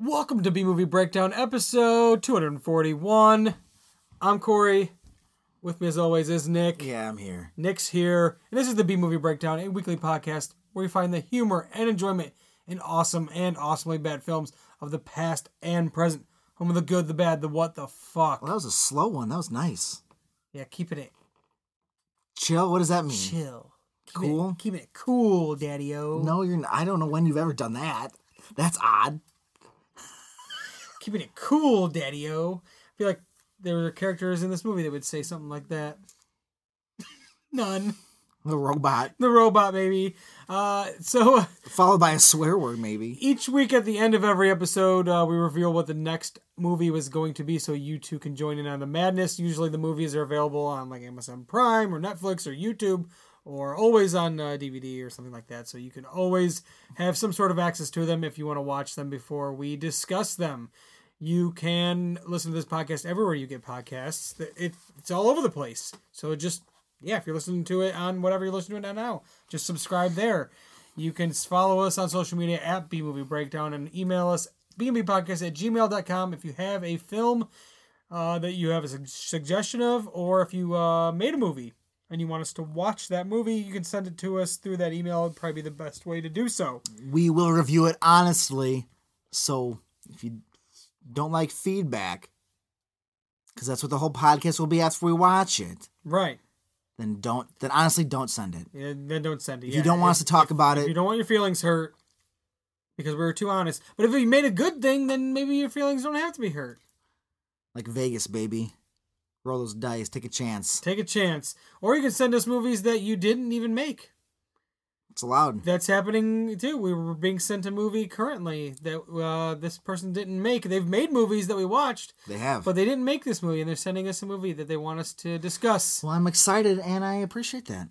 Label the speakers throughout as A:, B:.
A: Welcome to B Movie Breakdown episode 241. I'm Corey. With me, as always, is Nick.
B: Yeah, I'm here.
A: Nick's here. And this is the B Movie Breakdown, a weekly podcast where we find the humor and enjoyment in awesome and awesomely bad films of the past and present. Home of the good, the bad, the what the fuck.
B: Well, that was a slow one. That was nice.
A: Yeah, keeping it
B: Chill. What does that mean?
A: chill. Keeping it-
B: Hmm. Cool.
A: keeping it cool, daddy o.
B: No, you're. n- I don't know when you've ever done that. That's odd.
A: Keeping it cool, daddy o. I feel like there were characters in this movie that would say something like that. None.
B: The robot
A: the robot baby. Uh, so
B: followed by a swear word, maybe.
A: each week at the end of every episode, uh, we reveal what the next movie was going to be, so you two can join in on the madness. Usually, the movies are available on like Amazon Prime or Netflix or YouTube, or always on uh, DVD or something like that. So you can always have some sort of access to them if you want to watch them before we discuss them. You can listen to this podcast everywhere you get podcasts. The- It, it's all over the place. So just, yeah, if you're listening to it on whatever you're listening to it on now, just subscribe there. You can follow us on social media at B Movie Breakdown and email us bmbpodcast at gmail.com if you have a film uh, that you have a sug- suggestion of or if you uh, made a movie and you want us to watch that movie, you can send it to us through that email. It'd probably be the best way to do so.
B: We will review it honestly. So if you don't like feedback, because that's what the whole podcast will be after we watch it,
A: Right.
B: then don't. Then honestly, don't send it.
A: And then don't send it.
B: If you don't want us to talk about
A: If you
B: it,
A: don't want your feelings hurt because we were too honest. But if you made a good thing, then maybe your feelings don't have to be hurt.
B: like Vegas, baby, roll those dice, take a chance.
A: Take a chance. Or you can send us movies that you didn't even make.
B: It's allowed.
A: That's happening too. We were being sent a movie currently that uh, this person didn't make. They've made movies that we watched,
B: They have.
A: but they didn't make this movie, and they're sending us a movie that they want us to discuss.
B: Well, I'm excited and I appreciate that.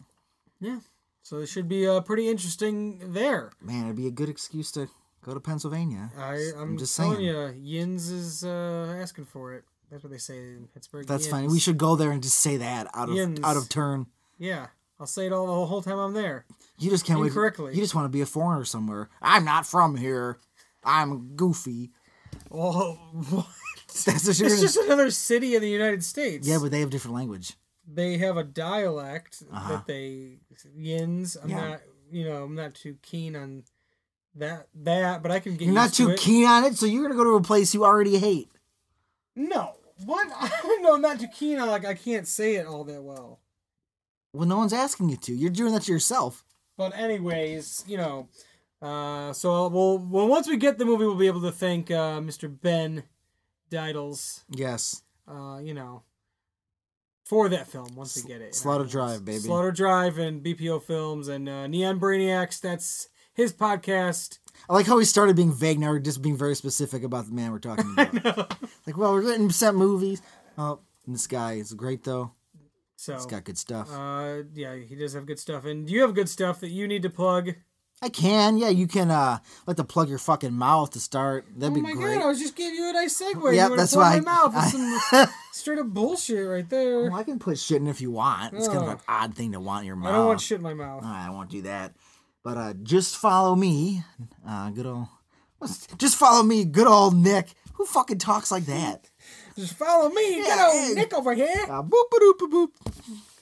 A: Yeah. So it should be uh, pretty interesting there.
B: Man, it'd be a good excuse to go to Pennsylvania.
A: I, I'm,
B: just
A: telling you,
B: saying.
A: Yins is uh, asking for it. That's what they say in Pittsburgh.
B: That's
A: Yins.
B: funny. We should go there and just say that out of
A: Yins.
B: out of turn.
A: Yeah, I'll say it all the whole time I'm there.
B: You just can't
A: Incorrectly.
B: wait. You just want to be a foreigner somewhere. I'm not from here. I'm goofy.
A: Oh, what?
B: That's what you're
A: It's
B: gonna,
A: just another city in the United States.
B: yeah, but they have different language.
A: they have a dialect
B: Uh-huh.
A: that they yins. I'm
B: Yeah.
A: not, you know, I'm not too keen on that. That, but I can get
B: You're not
A: used to
B: too
A: it.
B: keen on it, so you're gonna go to a place you already hate.
A: No, what? no, I'm not too keen on. Like I can't say it all that well.
B: Well, no one's asking you to. You're doing that to yourself.
A: But anyways, you know, uh, so we'll well once we get the movie, we'll be able to thank uh, Mr. Ben Didles,
B: Yes.
A: uh, you know, for that film once we get it.
B: Slaughter Drive, baby.
A: Slaughter Drive and BPO Films and uh, Neon Brainiacs. That's his podcast.
B: I like how we started being vague. Now we're just being very specific about the man we're talking about. Like, well, we're getting sent movies. Oh, and this guy is great though.
A: So,
B: He's got good stuff.
A: uh, yeah, he does have good stuff. And you have good stuff that you need to plug.
B: I can, yeah. You can uh like to plug your fucking mouth to start. That'd
A: Oh
B: be
A: my
B: great.
A: god, I was just giving you a nice segue.
B: Yeah,
A: you
B: that's
A: why.
B: why
A: My mouth. It's
B: I-
A: some straight up bullshit right there.
B: Well, I can put shit in if you want. It's kind of
A: Oh.
B: an odd thing to want in your mouth.
A: I don't want shit in my mouth.
B: All right, I won't do that. But uh, just follow me, uh, good old. what's- Just follow me, good old Nick. Who fucking talks like that?
A: Just follow me. Get
B: Yeah,
A: old
B: hey.
A: Nick over here.
B: Uh, boop, boop, boop, boop.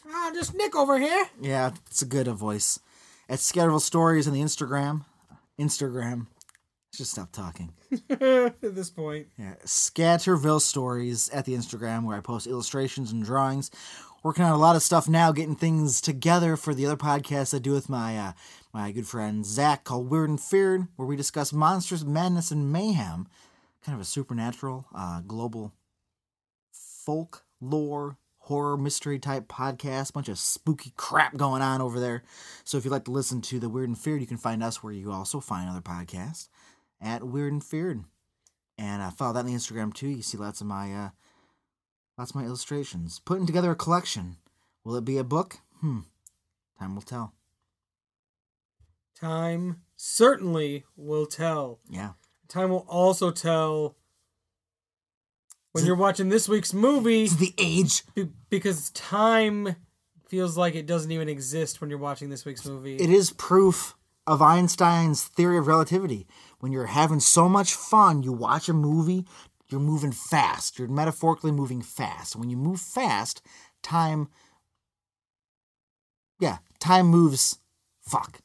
A: Ah, just Nick over here.
B: Yeah, it's a good uh, voice. At Scatterville Stories on the Instagram. Instagram. Just stop talking.
A: At this point,
B: Yeah, Scatterville Stories at the Instagram, where I post illustrations and drawings. Working on a lot of stuff now, getting things together for the other podcast I do with my uh, my good friend Zach called Weird and Feared, where we discuss monsters, madness, and mayhem. Kind of a supernatural, uh, global folklore, horror, mystery type podcast. Bunch of spooky crap going on over there. So if you'd like to listen to the Weird and Feared, you can find us where you also find other podcasts at Weird and Feared and I follow that on the Instagram too. You see lots of my uh, lots of my illustrations. Putting together a collection. Will it be a book? Hmm. Time will tell.
A: time certainly will tell.
B: Yeah.
A: Time will also tell when you're watching this week's movie
B: It's the age.
A: be- because time feels like it doesn't even exist when you're watching this week's movie.
B: It is proof of Einstein's theory of relativity. When you're having so much fun, you watch a movie, you're moving fast. You're metaphorically moving fast. When you move fast, time yeah, time moves fuck.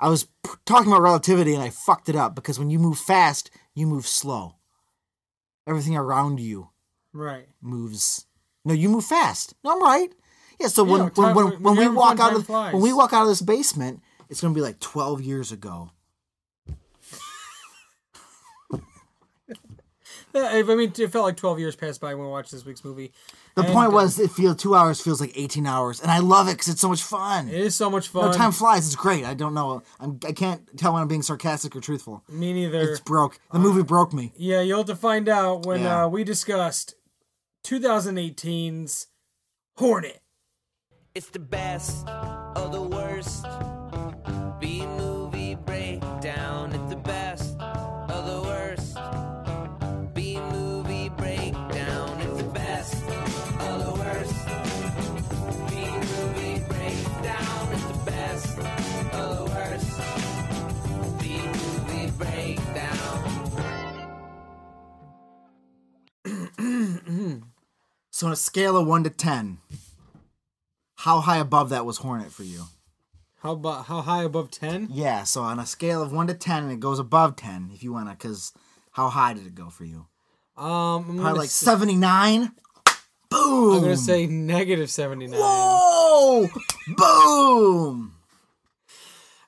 B: I was p- talking about relativity and I fucked it up because when you move fast, you move slow. Everything around you
A: Right.
B: moves. No, you move fast. No, I'm right. Yeah. So when
A: Yeah,
B: when,
A: time-
B: when,
A: when
B: when
A: you're
B: we
A: having
B: walk
A: fun,
B: out
A: time
B: of
A: flies.
B: when we walk out of this basement, it's gonna be like 12 years ago.
A: Yeah, Uh, I I mean, it felt like 12 years passed by when we watched this week's movie.
B: The
A: And,
B: point
A: uh,
B: was, it feels two hours feels like 18 hours, and I love it because it's so much fun.
A: It is so much fun.
B: No, time flies. It's great. I don't know. I'm, I can't tell when I'm being sarcastic or truthful.
A: Me neither.
B: It's broke. The movie broke me.
A: Yeah, you'll have to find out when
B: Yeah.
A: uh, we discussed 2018's Hornet.
C: It's the best of the worst. B movie breakdown. It's the best of the worst. B movie breakdown. It's the best of the worst. B movie breakdown. It's the best of the worst. B movie breakdown.
B: So on a scale of one to ten, how high above that was Hornet for you?
A: How about how high above 10?
B: Yeah. So on a scale of one to ten, and it goes above ten if you wanna, because how high did it go for you?
A: Um, I'm gonna,
B: Probably like
A: s-
B: seventy nine. Boom.
A: I'm gonna say negative 79. Uh,
B: Whoa! Boom!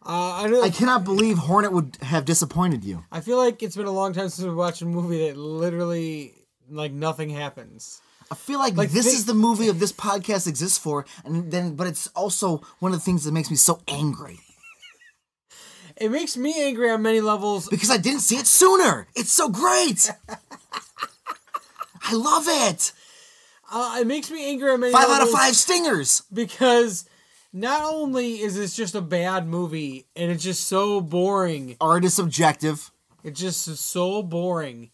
A: Uh, I, know,
B: I cannot believe Hornet would have disappointed you.
A: I feel like it's been a long time since we watched a movie that literally like nothing happens.
B: I feel like,
A: Like,
B: this
A: they-
B: is the movie of this podcast exists for, and then but it's also one of the things that makes me so angry
A: It makes me angry on many levels.
B: because I didn't see it sooner. It's so great. I love it.
A: Uh, it makes me angry on many
B: Five out
A: levels
B: of five stingers.
A: because not only is this just a bad movie and it's just so boring
B: Art is subjective.
A: It's just so boring.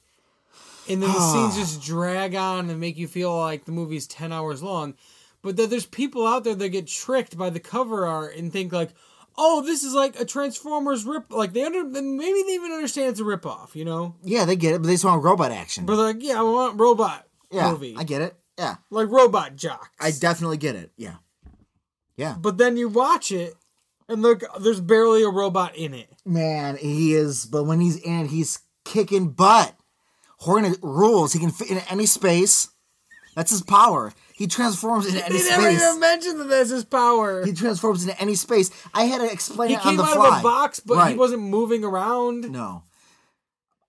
A: And then the scenes just drag on and make you feel like the movie's 10 hours long. But that there's people out there that get tricked by the cover art and think like, "Oh, this is like a Transformers rip like they under maybe they even understand it's a rip off, you know?
B: Yeah, they get it, but they just want robot action.
A: But like, yeah, I want robot
B: yeah,
A: movie.
B: I get it. Yeah,
A: like robot jocks.
B: I definitely get it. Yeah, yeah.
A: but then you watch it and look there's barely a robot in it.
B: Man, he is. But when he's in it, he's kicking butt. Hornet rules. He can fit in any space. That's his power. He transforms into any
A: They never
B: space.
A: even mentioned that that's his power.
B: He
A: He,
B: transforms into any space. I had to explain it on
A: came
B: the
A: out
B: fly.
A: of a box, but he
B: Right.
A: wasn't moving around.
B: No,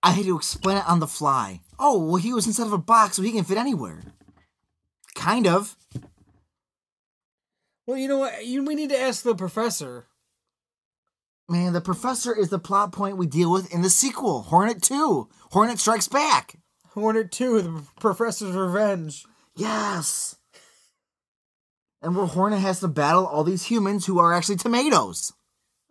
B: I had to explain it on the fly. Oh well, he was inside of a box, so he can fit anywhere. Kind of.
A: Well, you know what? You, we need to ask the professor.
B: Man, the professor is the plot point we deal with in the sequel, Hornet Two. Hornet Strikes Back.
A: Hornet 2, the professor's revenge.
B: Yes. And where Hornet has to battle all these humans who are actually tomatoes.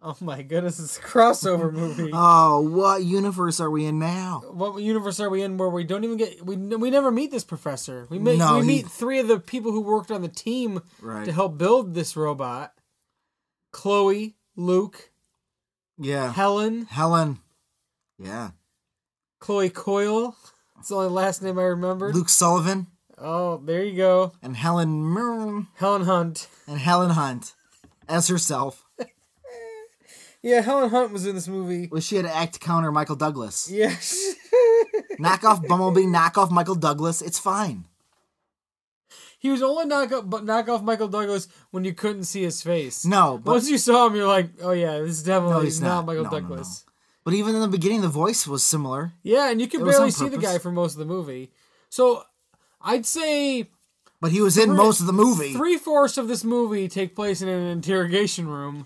A: Oh my goodness, it's a crossover movie.
B: Oh, what universe are we in now?
A: what universe are we in where we don't even get we we never meet this professor? We meet
B: No,
A: we
B: he-
A: meet three of the people who worked on the team
B: Right.
A: to help build this robot. Chloe, Luke,
B: Yeah.
A: Helen,
B: Helen. Yeah.
A: Chloe Coyle. It's the only last name I remembered.
B: Luke Sullivan
A: Oh, there you go.
B: and Helen Mirren
A: Helen Hunt.
B: and Helen Hunt as herself.
A: Yeah, Helen Hunt was in this movie.
B: Well, she had to act to counter Michael Douglas.
A: Yes.
B: knock off Bumblebee, knock off Michael Douglas. It's fine.
A: He was only knock up, but knock off Michael Douglas when you couldn't see his face.
B: No, but
A: once you saw him, you're like, oh yeah, this is definitely
B: he's
A: not.
B: not.
A: Michael
B: No, no, no.
A: Douglas.
B: but even in the beginning, the voice was similar.
A: Yeah, and you can
B: It was
A: barely
B: on
A: see the
B: purpose.
A: guy for most of the movie. So I'd say
B: But he was in most of the movie.
A: three fourths of this movie take place in an interrogation room,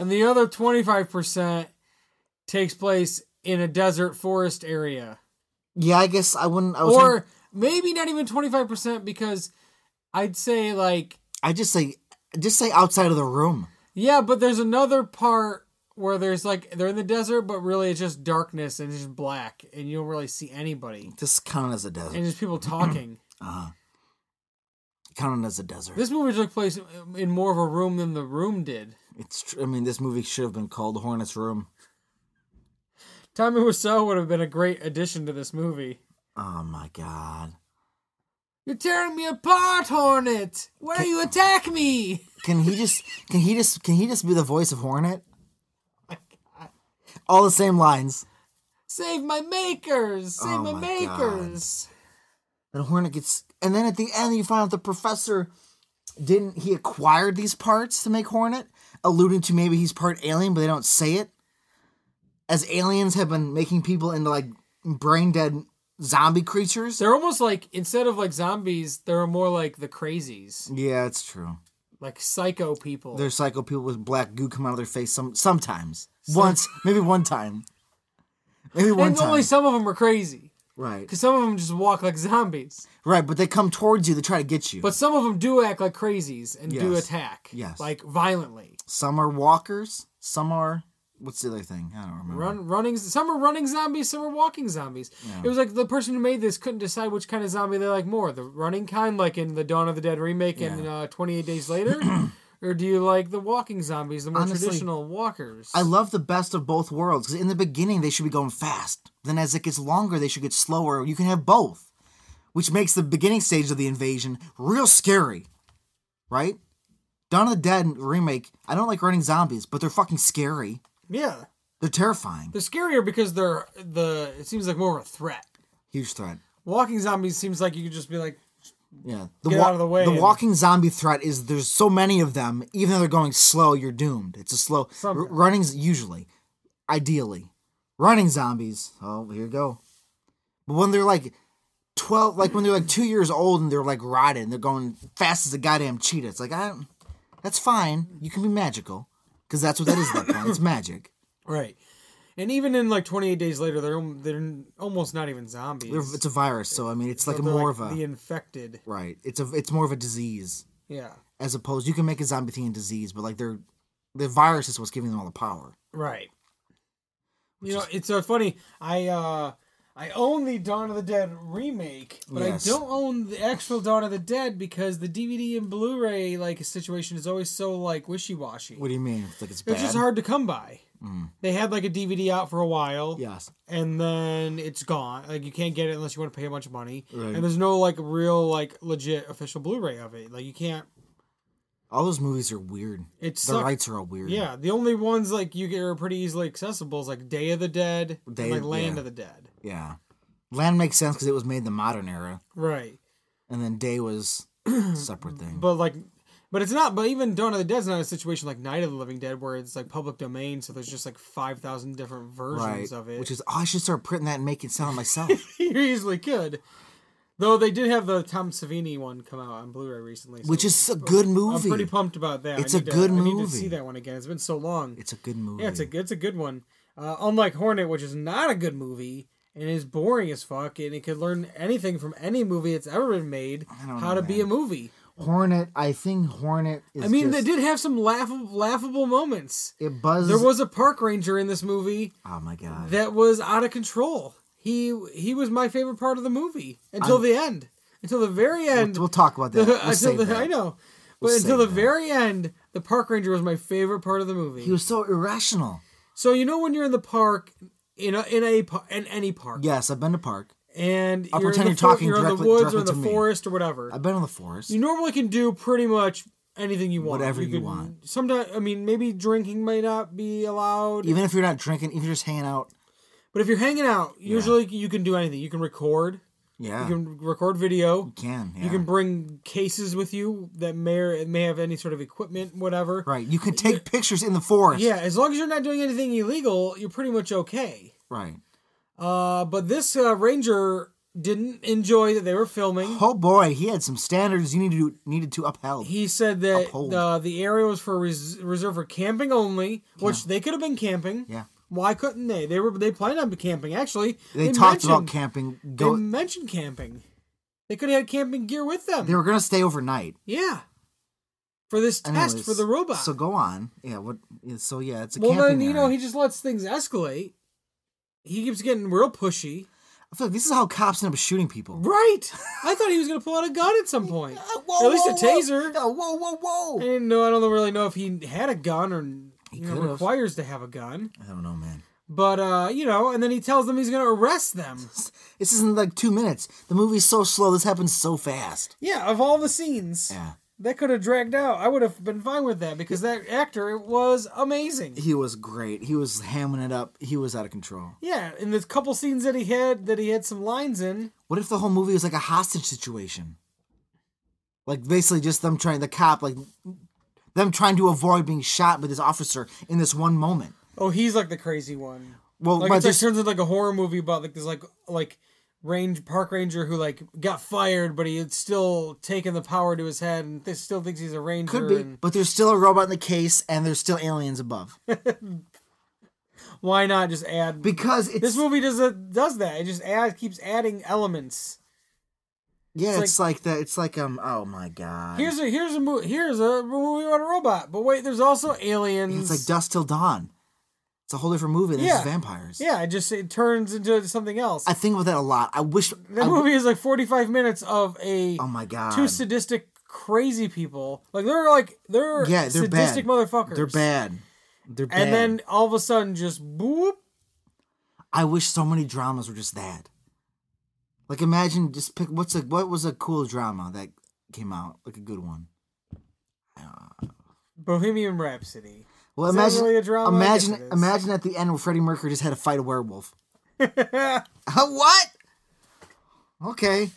A: and the other twenty five percent takes place in a desert forest area,
B: Yeah, I guess I wouldn't. I was
A: or maybe not even twenty five percent because I'd say like
B: I just say, just say outside of the room.
A: Yeah, but there's another part where there's like they're in the desert, but really it's just darkness and it's just black, and you don't really see anybody,
B: Just count it as a desert.
A: and just people talking.
B: Count it as a desert.
A: this movie took place in more of a room than the room did.
B: It's. tr- I mean, this movie should have been called Hornet's Room.
A: Tommy Wiseau would have been a great addition to this movie.
B: Oh my god!
A: You're tearing me apart, Hornet. Why do you attack me?
B: Can he just? Can he just? Can he just be the voice of Hornet? All the same lines.
A: Save my makers. Save
B: Oh
A: my,
B: my God.
A: makers.
B: And Hornet gets. And then at the end, you find out the professor didn't. He acquired these parts to make Hornet, alluding to maybe he's part alien, but they don't say it. As aliens have been making people into like brain dead zombie creatures.
A: They're almost like instead of like zombies, they're more like the crazies,
B: Yeah, it's true.
A: like psycho people.
B: There's psycho people with black goo come out of their face. Some sometimes, once, maybe one time, maybe one
A: and
B: time.
A: only some of them are crazy
B: right,
A: because some of them just walk like zombies.
B: right. But they come towards you. They try to get you.
A: But some of them do act like crazies and do
B: Yes.
A: attack,
B: Yes.
A: like violently.
B: some are walkers. Some are. What's the other thing? I don't remember.
A: Run, running. Some are running zombies. Some are walking zombies. It was like the person who made this couldn't decide which kind of zombie they like more: the running kind, like in the Dawn of the Dead remake, and uh, Twenty Eight Days Later, or do you like the walking zombies, the more
B: Honestly,
A: traditional walkers?
B: I love the best of both worlds because in the beginning they should be going fast. Then as it gets longer, they should get slower. You can have both, which makes the beginning stage of the invasion real scary, right? Dawn of the Dead remake. I don't like running zombies, but they're fucking scary.
A: yeah,
B: They're terrifying.
A: they're scarier because they're the. It seems like more of a threat.
B: Huge threat.
A: Walking zombies seems like you could just be like,
B: Yeah. The
A: Get
B: wa-
A: out of the way and-
B: walking zombie threat is there's so many of them. Even though they're going slow, you're doomed. It's a slow r-
A: Sometimes.
B: running's usually, ideally, running zombies. Oh, here you go. But when they're like twelve, like when they're like two years old and they're like rotted and they're going fast as a goddamn cheetah, it's like I, that's fine. You can be magical, because that's what that is. At that point, it's magic.
A: right. And even in like Twenty Eight Days Later, they're al- they're almost not even zombies.
B: They're- It's a virus, so I mean, it's like a
A: They're
B: more
A: like
B: of a
A: the infected.
B: right. It's a it's more of a disease.
A: Yeah.
B: as opposed you can make a zombie thing a disease, but like they're the virus is what's giving them all the power.
A: Right. You know, it's so funny. I uh I own the Dawn of the Dead remake, but
B: Yes.
A: I don't own the actual Dawn of the Dead because the DVD and Blu-ray like situation is always so like wishy-washy.
B: What do you mean? It's like it's bad.
A: it's just hard to come by.
B: Mm.
A: They had like a DVD out for a while,
B: Yes.
A: and then it's gone. Like you can't get it unless you want to pay a bunch of money.
B: Right.
A: And there's no like real like legit official Blu-ray of it. Like you can't.
B: All those movies are weird.
A: It's
B: the rights are all weird.
A: yeah. The only ones like you get are pretty easily accessible is like Day of the Dead, and,
B: Day-
A: like Land
B: yeah.
A: of the Dead.
B: Yeah. Land makes sense because it was made in the modern era,
A: Right.
B: and then Day was a separate thing.
A: But like but it's not but even Dawn of the Dead's not a situation like Night of the Living Dead where it's like public domain, so there's just like five thousand different
B: right.
A: versions of it.
B: Which is oh, I should start printing that and make it sound myself.
A: you easily could. Though they did have the Tom Savini one come out on Blu-ray recently. so
B: which is a good
A: I'm
B: movie.
A: pretty pumped about that. I
B: It's a
A: need to-
B: good
A: I need to
B: movie.
A: see that one again. It's been so long.
B: it's a good movie.
A: Yeah, it's a it's a good one. Uh, unlike Hornet, which is not a good movie and is boring as fuck, and it could learn anything from any movie that's ever been made
B: don't
A: how
B: know,
A: to be a movie.
B: Hornet. I think Hornet. Is
A: I mean,
B: just,
A: they did have some laughable, laughable moments.
B: It buzzes.
A: There was a park ranger in this movie
B: oh my god.
A: that was out of control. He he was my favorite part of the movie until the end, until the very end.
B: we'll talk about that. We'll
A: until
B: save
A: the,
B: that.
A: I know, but
B: save
A: until the
B: that.
A: very end, the park ranger was my favorite part of the movie.
B: He was so irrational.
A: so you know when you're in the park, in a in a par- in any park,
B: Yes, I've been to park.
A: and
B: I'll
A: you're in
B: pretend
A: the,
B: you're
A: fo-
B: talking
A: you're in the
B: directly-
A: woods or in
B: directly
A: the
B: to me.
A: forest or whatever.
B: I've been in the forest.
A: You normally can do pretty much anything you want.
B: Whatever you
A: can-
B: want.
A: Uh,
B: Oh,
A: uh,
B: I feel like this is how cops end up shooting people.
A: Right. I thought he was gonna pull out a gun at some point.
B: Uh,
A: Or at least a
B: Whoa.
A: taser.
B: Yeah, whoa, whoa, whoa.
A: I didn't know. I don't really know if he had a gun or you know,
B: could've.
A: requires to have a gun.
B: I don't know, man.
A: But uh, you know, and then he tells them he's gonna arrest them.
B: This isn't like two minutes. The movie's so slow. This happens so fast.
A: Yeah, of all the scenes
B: Yeah.
A: that could have dragged out, I would have been fine with that because that actor was amazing.
B: He was great. He was hamming it up. He was out of control.
A: Yeah, in the couple scenes that he had that he had some lines in.
B: What if the whole movie was like a hostage situation? Like basically just them trying the cop like them trying to avoid being shot by this officer in this one moment.
A: Oh, he's like the crazy one.
B: Well,
A: Like
B: but
A: it like
B: just
A: turns into like a horror movie about like this like like range park ranger who like got fired, but he had still taken the power to his head and th- still thinks he's a ranger.
B: could be,
A: And
B: but there's still a robot in the case and there's still aliens above.
A: why not just add?
B: Because it's
A: this movie does that does that. It just add keeps adding elements.
B: yeah,
A: it's
B: it's, like, that. It's like um oh my god.
A: Here's a here's a mo- here's a movie about a robot, but wait, there's also
B: it's
A: aliens.
B: like Dust Till Dawn. It's a whole different movie. This
A: Yeah.
B: is vampires.
A: yeah, it just it turns into something else.
B: I think about that a lot. I wish
A: the
B: I-
A: movie is like 45 minutes of a
B: Oh my god.
A: two sadistic crazy people. Like they're like they're,
B: yeah, they're
A: sadistic
B: bad.
A: motherfuckers.
B: They're bad. They're bad.
A: And then all of a sudden, just boop.
B: I wish so many dramas were just that. Like imagine just pick what's a what was a cool drama that came out like a good one.
A: Bohemian Rhapsody.
B: Well,
A: Is that
B: imagine
A: really a drama? I guess
B: imagine
A: it is.
B: imagine at the end where Freddie Mercury just had to fight a werewolf. Uh, what? Okay.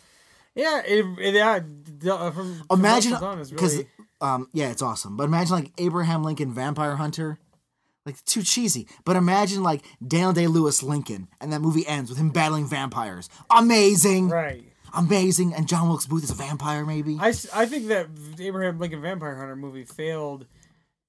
A: Yeah, it, it, yeah. d- uh, From, from
B: Imagine
A: Dust Till Dawn is
B: because
A: really-
B: um yeah, it's awesome. But imagine like Abraham Lincoln Vampire Hunter. Like too cheesy. But imagine like Daniel Day Lewis Lincoln and that movie ends with him battling vampires. Amazing.
A: right.
B: Amazing. And John Wilkes Booth is a vampire maybe.
A: I, s- I think that Abraham Lincoln Vampire Hunter movie failed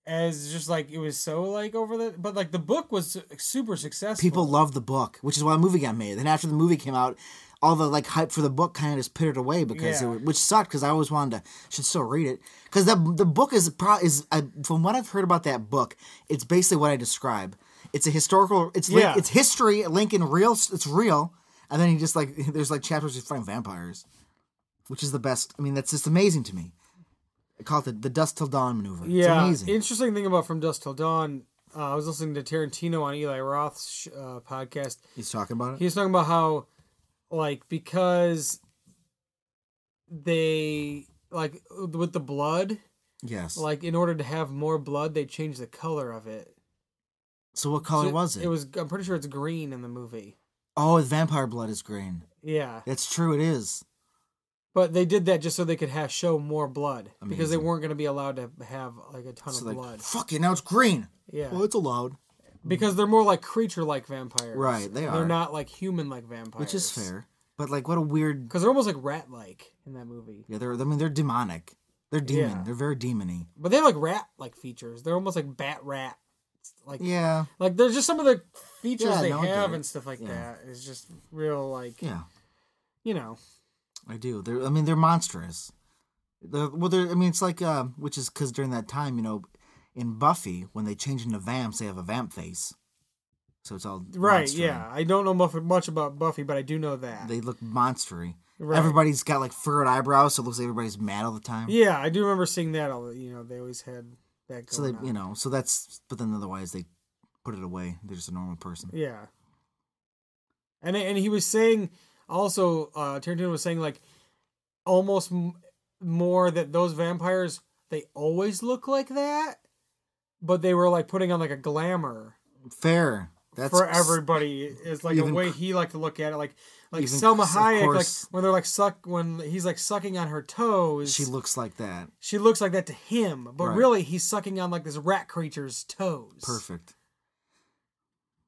A: as just like it was so like over the but like the book was super successful.
B: people loved the book, which is why the movie got made. Then after the movie came out, all the like hype for the book kind of just pittered away because
A: Yeah.
B: it, which sucked because I always wanted to should still read it because the the book is pro is I, from what I've heard about that book, it's basically what I describe. It's a historical. It's Lin-
A: Yeah.
B: it's history. Lincoln real. It's real. And then he just like there's like chapters he's fighting vampires, which is the best. I mean that's just amazing to me. I call it the, the Dust Till Dawn maneuver.
A: Yeah,
B: it's amazing.
A: interesting thing about From Dust Till Dawn. Uh, I was listening to Tarantino on Eli Roth's sh- uh, podcast.
B: He's talking about it.
A: He was talking about how, like, because they like with the blood,
B: yes.
A: like, in order to have more blood, they changed the color of it.
B: so what color was it?
A: It was. I'm pretty sure it's green in the movie.
B: Oh, the vampire blood is green.
A: Yeah,
B: That's true. It is.
A: but they did that just so they could have show more blood because they
B: Amazing.
A: weren't going to be allowed to have like a ton
B: So
A: of
B: like,
A: blood.
B: fuck it. Now it's green.
A: Yeah,
B: Well, it's allowed,
A: because they're more like creature-like vampires.
B: Right, they
A: They're
B: are.
A: not like human-like vampires,
B: which is fair. But like, what a weird.
A: Because they're almost like rat-like in that movie,
B: Yeah, they're. I mean, they're demonic. They're demon.
A: Yeah.
B: They're very demony.
A: but they have like rat-like features. They're almost like bat rat. Like
B: Yeah.
A: like there's just some of the features
B: Yeah,
A: they
B: no, I get
A: have
B: it.
A: and stuff like
B: Yeah.
A: that. It's just real like
B: Yeah,
A: you know
B: I do. They're. I mean, they're monstrous. They're, well, they're. I mean, it's like. Uh, which is because during that time, you know, in Buffy, when they change into vamps, they have a vamp face. So it's all
A: right.
B: monstery.
A: Yeah, I don't know much, much about Buffy, but I do know that.
B: They look monstery.
A: Right.
B: Everybody's got like furrowed eyebrows, so it looks like everybody's mad all the time.
A: yeah, I do remember seeing that. All you know, they always had that. Going
B: So they,
A: on.
B: you know, so that's. But then otherwise, they put it away. They're just a normal person.
A: Yeah. And and he was saying also uh Tarantino was saying like almost m- more that those vampires they always look like that, but they were like putting on like a glamour
B: Fair. That's
A: for everybody. Is like
B: even
A: the way
B: cr-
A: he liked to look at it, like like
B: Even
A: Selma
B: cr- of
A: Hayek, like
B: course.
A: when they're like suck when he's like sucking on her toes.
B: She
A: She,
B: looks like that.
A: looks like that to him, but
B: Right.
A: really he's sucking on like this rat creature's toes.
B: Perfect.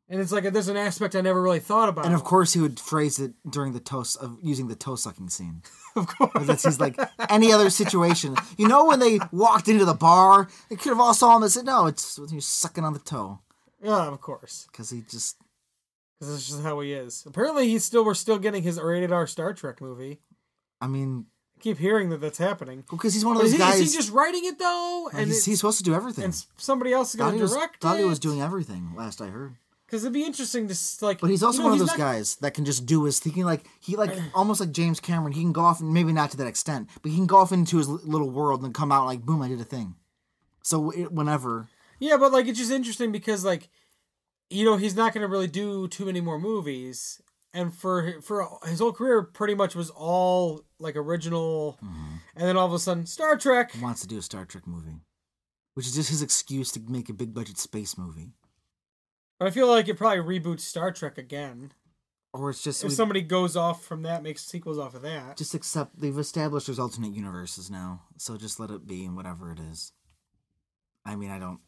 A: And it's like there's an aspect I never really thought about.
B: And of course, he would phrase it during the toast of using the toe sucking scene.
A: of course.
B: That's he's like any other situation. You know, when they walked into the bar, they could have all saw him and said, "No, it's you're sucking on the toe,"
A: Yeah, of course.
B: because he just
A: Because that's just how he is. Apparently, he's still we're still getting his rated R Star Trek movie.
B: I mean,
A: I keep hearing that that's happening.
B: because he's one of
A: Is
B: those
A: he,
B: guys.
A: is he just writing it though?
B: like, he's,
A: it's-
B: he's supposed to do everything.
A: and somebody else is
B: Thought
A: going
B: he
A: to
B: was,
A: direct
B: thought
A: it.
B: he was doing everything. Last I heard,
A: Because it'd be interesting to s- like.
B: But he's also
A: you know,
B: one of
A: not-
B: those guys that can just do his. He can like he like almost like James Cameron. He can go off, maybe not to that extent, but he can go off into his li- little world and come out like, boom, I did a thing. So it, whenever
A: Yeah, but like it's just interesting because like, you know, he's not gonna really do too many more movies, and for for his whole career, pretty much was all like original, and then all of a sudden Star Trek.
B: he wants to do a Star Trek movie, which is just his excuse to make a big budget space movie,
A: But I feel like it probably reboots Star Trek again.
B: or it's just
A: if
B: we-
A: somebody goes off from that, makes sequels off of that.
B: just accept they've established there's alternate universes now, so just let it be and whatever it is. I mean, I don't.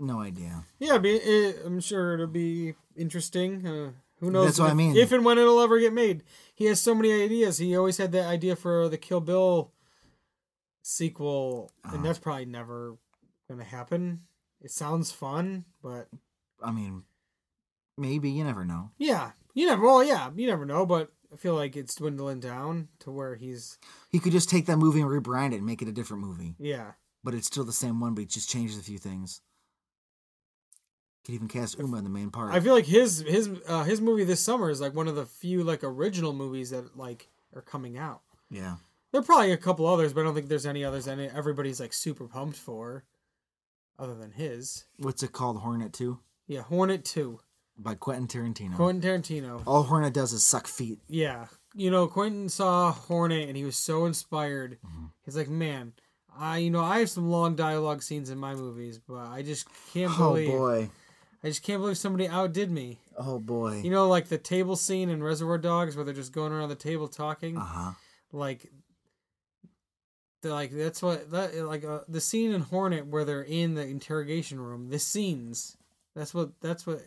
B: No idea.
A: Yeah, it'd be, it, I'm sure it'll be interesting. Uh, who knows?
B: That's what I
A: if-
B: mean.
A: If and when it'll ever get made. He has so many ideas. He always had that idea for the Kill Bill sequel, and that's probably never going to happen. It sounds fun, but
B: I mean, maybe you never know.
A: yeah, you never. Well, yeah, you never know. But I feel like it's dwindling down to where he's
B: He could just take that movie and rebrand it and make it a different movie.
A: yeah.
B: but it's still the same one, but it just changes a few things. Could even cast Uma in the main part.
A: I feel like his his uh, his movie this summer is like one of the few like original movies that like are coming out.
B: yeah.
A: There are probably a couple others, but I don't think there's any others that everybody's like super pumped for, other than his.
B: What's it called? Hornet 2?
A: Yeah, Hornet Two,
B: By Quentin Tarantino.
A: Quentin Tarantino.
B: All Hornet does is suck feet.
A: Yeah, you know Quentin saw Hornet and he was so inspired.
B: Mm-hmm.
A: He's like, man, I you know I have some long dialogue scenes in my movies, but I just can't
B: Oh
A: believe
B: boy.
A: I just can't believe somebody outdid me.
B: Oh boy.
A: You know, like the table scene in Reservoir Dogs where they're just going around the table talking.
B: Uh huh.
A: like they're like that's what that like uh, the scene in Hornet where they're in the interrogation room. The scenes. That's what that's what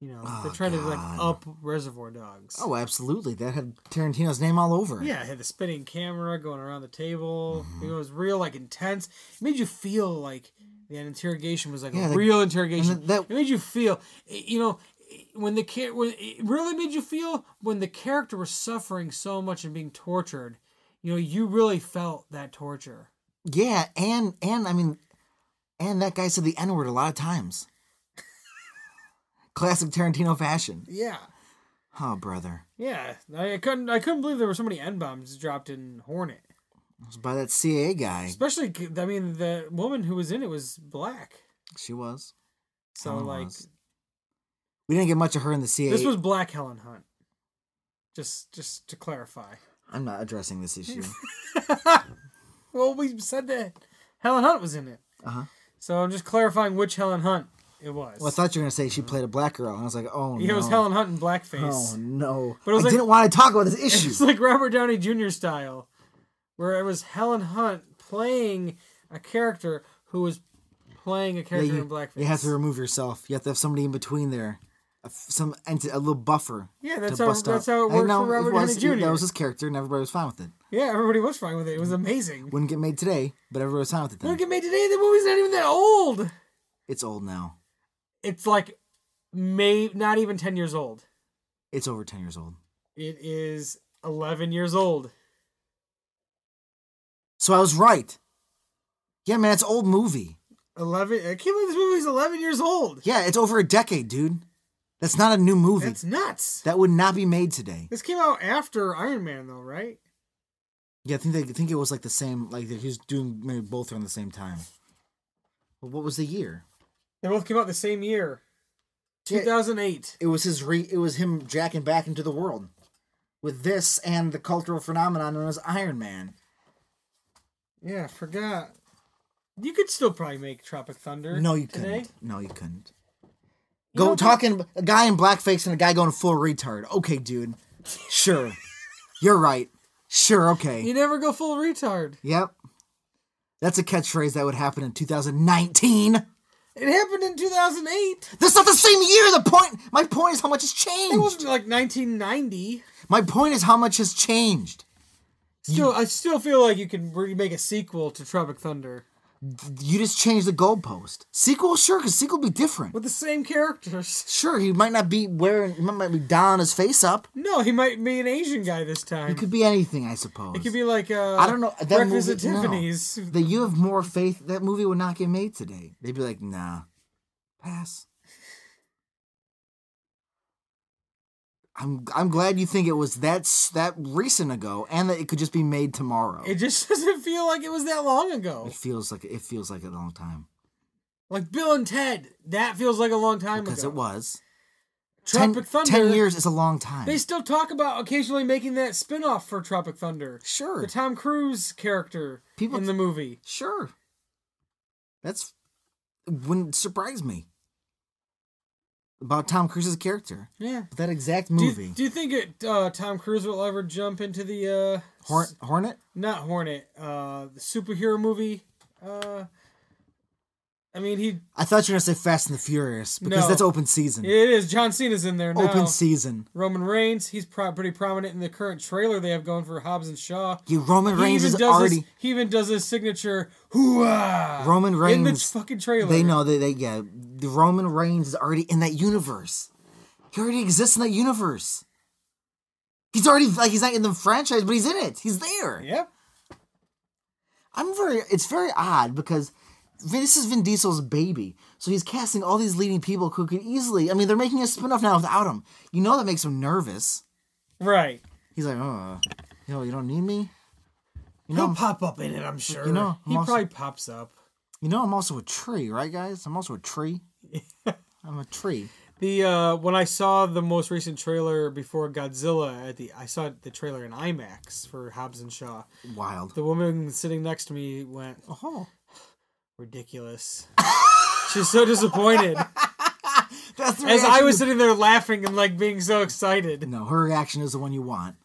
A: you know. they're
B: Oh,
A: trying to like
B: God.
A: up Reservoir Dogs.
B: Oh, absolutely. That had Tarantino's name all over it.
A: yeah, it had the spinning camera going around the table.
B: Mm-hmm.
A: You know, It was real, like intense. It made you feel like the interrogation was like
B: Yeah,
A: a
B: the-
A: real interrogation.
B: and that-
A: it made you feel, it- you know, it- when the kid, when it really made you feel when the character was suffering so much and being tortured. You know, you really felt that torture.
B: Yeah, and and I mean, and that guy said the N word a lot of times. Classic Tarantino fashion.
A: Yeah,
B: Oh, brother.
A: yeah. I, I couldn't, I couldn't believe there were so many n bombs dropped in Hornet.
B: It was by that CA guy.
A: Especially, I mean, the woman who was in it was black.
B: She was.
A: So
B: Helen
A: like,
B: was. We didn't get much of her in the E. CA.
A: This was Black Helen Hunt. Just just to clarify.
B: I'm not addressing this issue.
A: Well, we said that Helen Hunt was in it.
B: Uh-huh.
A: So I'm just clarifying which Helen Hunt it was.
B: Well, I thought you were gonna say she played a black girl, and I was like, oh
A: yeah,
B: no,
A: it was Helen Hunt in
B: oh
A: blackface.
B: no.
A: But it was
B: I
A: like-
B: didn't want to talk about this
A: It's
B: issue.
A: like Robert Downey Jr. style, where it was Helen Hunt playing a character who was playing a
B: Yeah,
A: character in
B: you,
A: blackface.
B: you have to remove yourself. You have to have somebody in between there, a f- some enti- a little buffer.
A: Yeah, that's
B: to
A: how-
B: bust
A: that's
B: up.
A: how it
B: I
A: worked
B: know,
A: for Robert
B: was,
A: Downey Jr..
B: That was his character, and everybody was fine with it.
A: yeah, everybody was fine with it. It was amazing.
B: Wouldn't get made today, but everybody was fine with it then.
A: Look at me today. The movie's not even that old.
B: it's old now.
A: It's like may not even ten years old.
B: It's over ten years old.
A: It is 11 years old.
B: So I was right. Yeah, man, it's an old movie.
A: 11. I can't believe this movie's 11 years old.
B: Yeah, it's over a decade, dude. That's not a new movie.
A: That's nuts.
B: That would not be made today.
A: This came out after Iron Man, though, right?
B: Yeah, I think they I think it was like the same. Like that he was doing maybe both around the same time. Well, what was the year?
A: They both came out the same year, 2008.
B: It was his re. It was him jacking back into the world with this and the cultural phenomenon known as Iron Man.
A: Yeah, I forgot. You could still probably make Tropic Thunder.
B: No, you
A: today.
B: couldn't. No, you couldn't.
A: You
B: Go
A: know,
B: talking a guy in blackface and a guy going full retard. Okay, dude. Sure, you're right. Sure, okay.
A: You never go full retard.
B: Yep. That's a catchphrase that would happen in 2019.
A: It happened in 2008.
B: That's not the same year. The point. My point is how much has changed.
A: It wasn't like 1990.
B: My point is how much has changed.
A: Still, I still feel like you can remake a sequel to Tropic Thunder
B: You just changed the goalpost. Sequel, sure, because sequel be different.
A: with the same characters.
B: Sure, he might not be wearing, he might not be down his face up.
A: No, he might be an Asian guy this time.
B: It could be anything, I suppose.
A: It could be like uh,
B: I don't know. That
A: Breakfast
B: movie,
A: at Tiffany's.
B: No. That you have more faith. That movie would not get made today. They'd be like, nah, pass. I'm I'm glad you think it was that s- that recent ago, and that it could just be made tomorrow.
A: It just doesn't feel like it was that long ago.
B: It feels like it feels like a long time
A: Like Bill and Ted, that feels like a long time
B: because
A: ago.
B: it was
A: Tropic
B: ten,
A: Thunder.
B: ten years is a long time.
A: They still talk about occasionally making that spin off for Tropic Thunder.
B: sure,
A: The Tom Cruise character
B: People-
A: in the movie.
B: sure. That's wouldn't surprise me about Tom Cruise's character.
A: Yeah.
B: But that exact
A: Do you,
B: movie,
A: do you think it, uh, Tom Cruise will ever jump into the uh,
B: Hor- Hornet.
A: not Hornet, uh, the superhero movie? Uh, I mean, he
B: I thought you were gonna say Fast and the Furious because
A: No.
B: that's open season.
A: it is John Cena's in there now.
B: Open season.
A: Roman Reigns, he's pro- pretty prominent in the current trailer they have going for Hobbs and Shaw.
B: Yeah, Roman
A: He
B: Reigns
A: even
B: is
A: does
B: already.
A: his, he even does his signature hooah
B: Roman
A: in
B: Reigns.
A: this fucking trailer.
B: They know that they yeah, the Roman Reigns is already in that universe. He already exists in that universe. He's already like he's not in the franchise, but he's in it. He's there.
A: Yep.
B: I'm very it's very odd because Vin- this is Vin Diesel's baby. So he's casting all these leading people who could easily I mean they're making a spin-off now without him. You know that makes him nervous.
A: Right.
B: He's like, oh yo, you don't need me? You
A: He'll
B: know,
A: pop up in it, I'm sure.
B: you know,
A: he
B: I'm also-
A: probably pops up.
B: you know I'm also a tree, right guys? I'm also a tree. I'm a tree.
A: The uh, when I saw the most recent trailer before Godzilla at the I saw the trailer in IMAX for Hobbs and Shaw.
B: Wild.
A: The woman sitting next to me went
B: Oh.
A: ridiculous. She's so disappointed.
B: That's
A: As I
B: the
A: was
B: reaction you-
A: sitting there laughing and like being so excited.
B: No, her reaction is the one you want.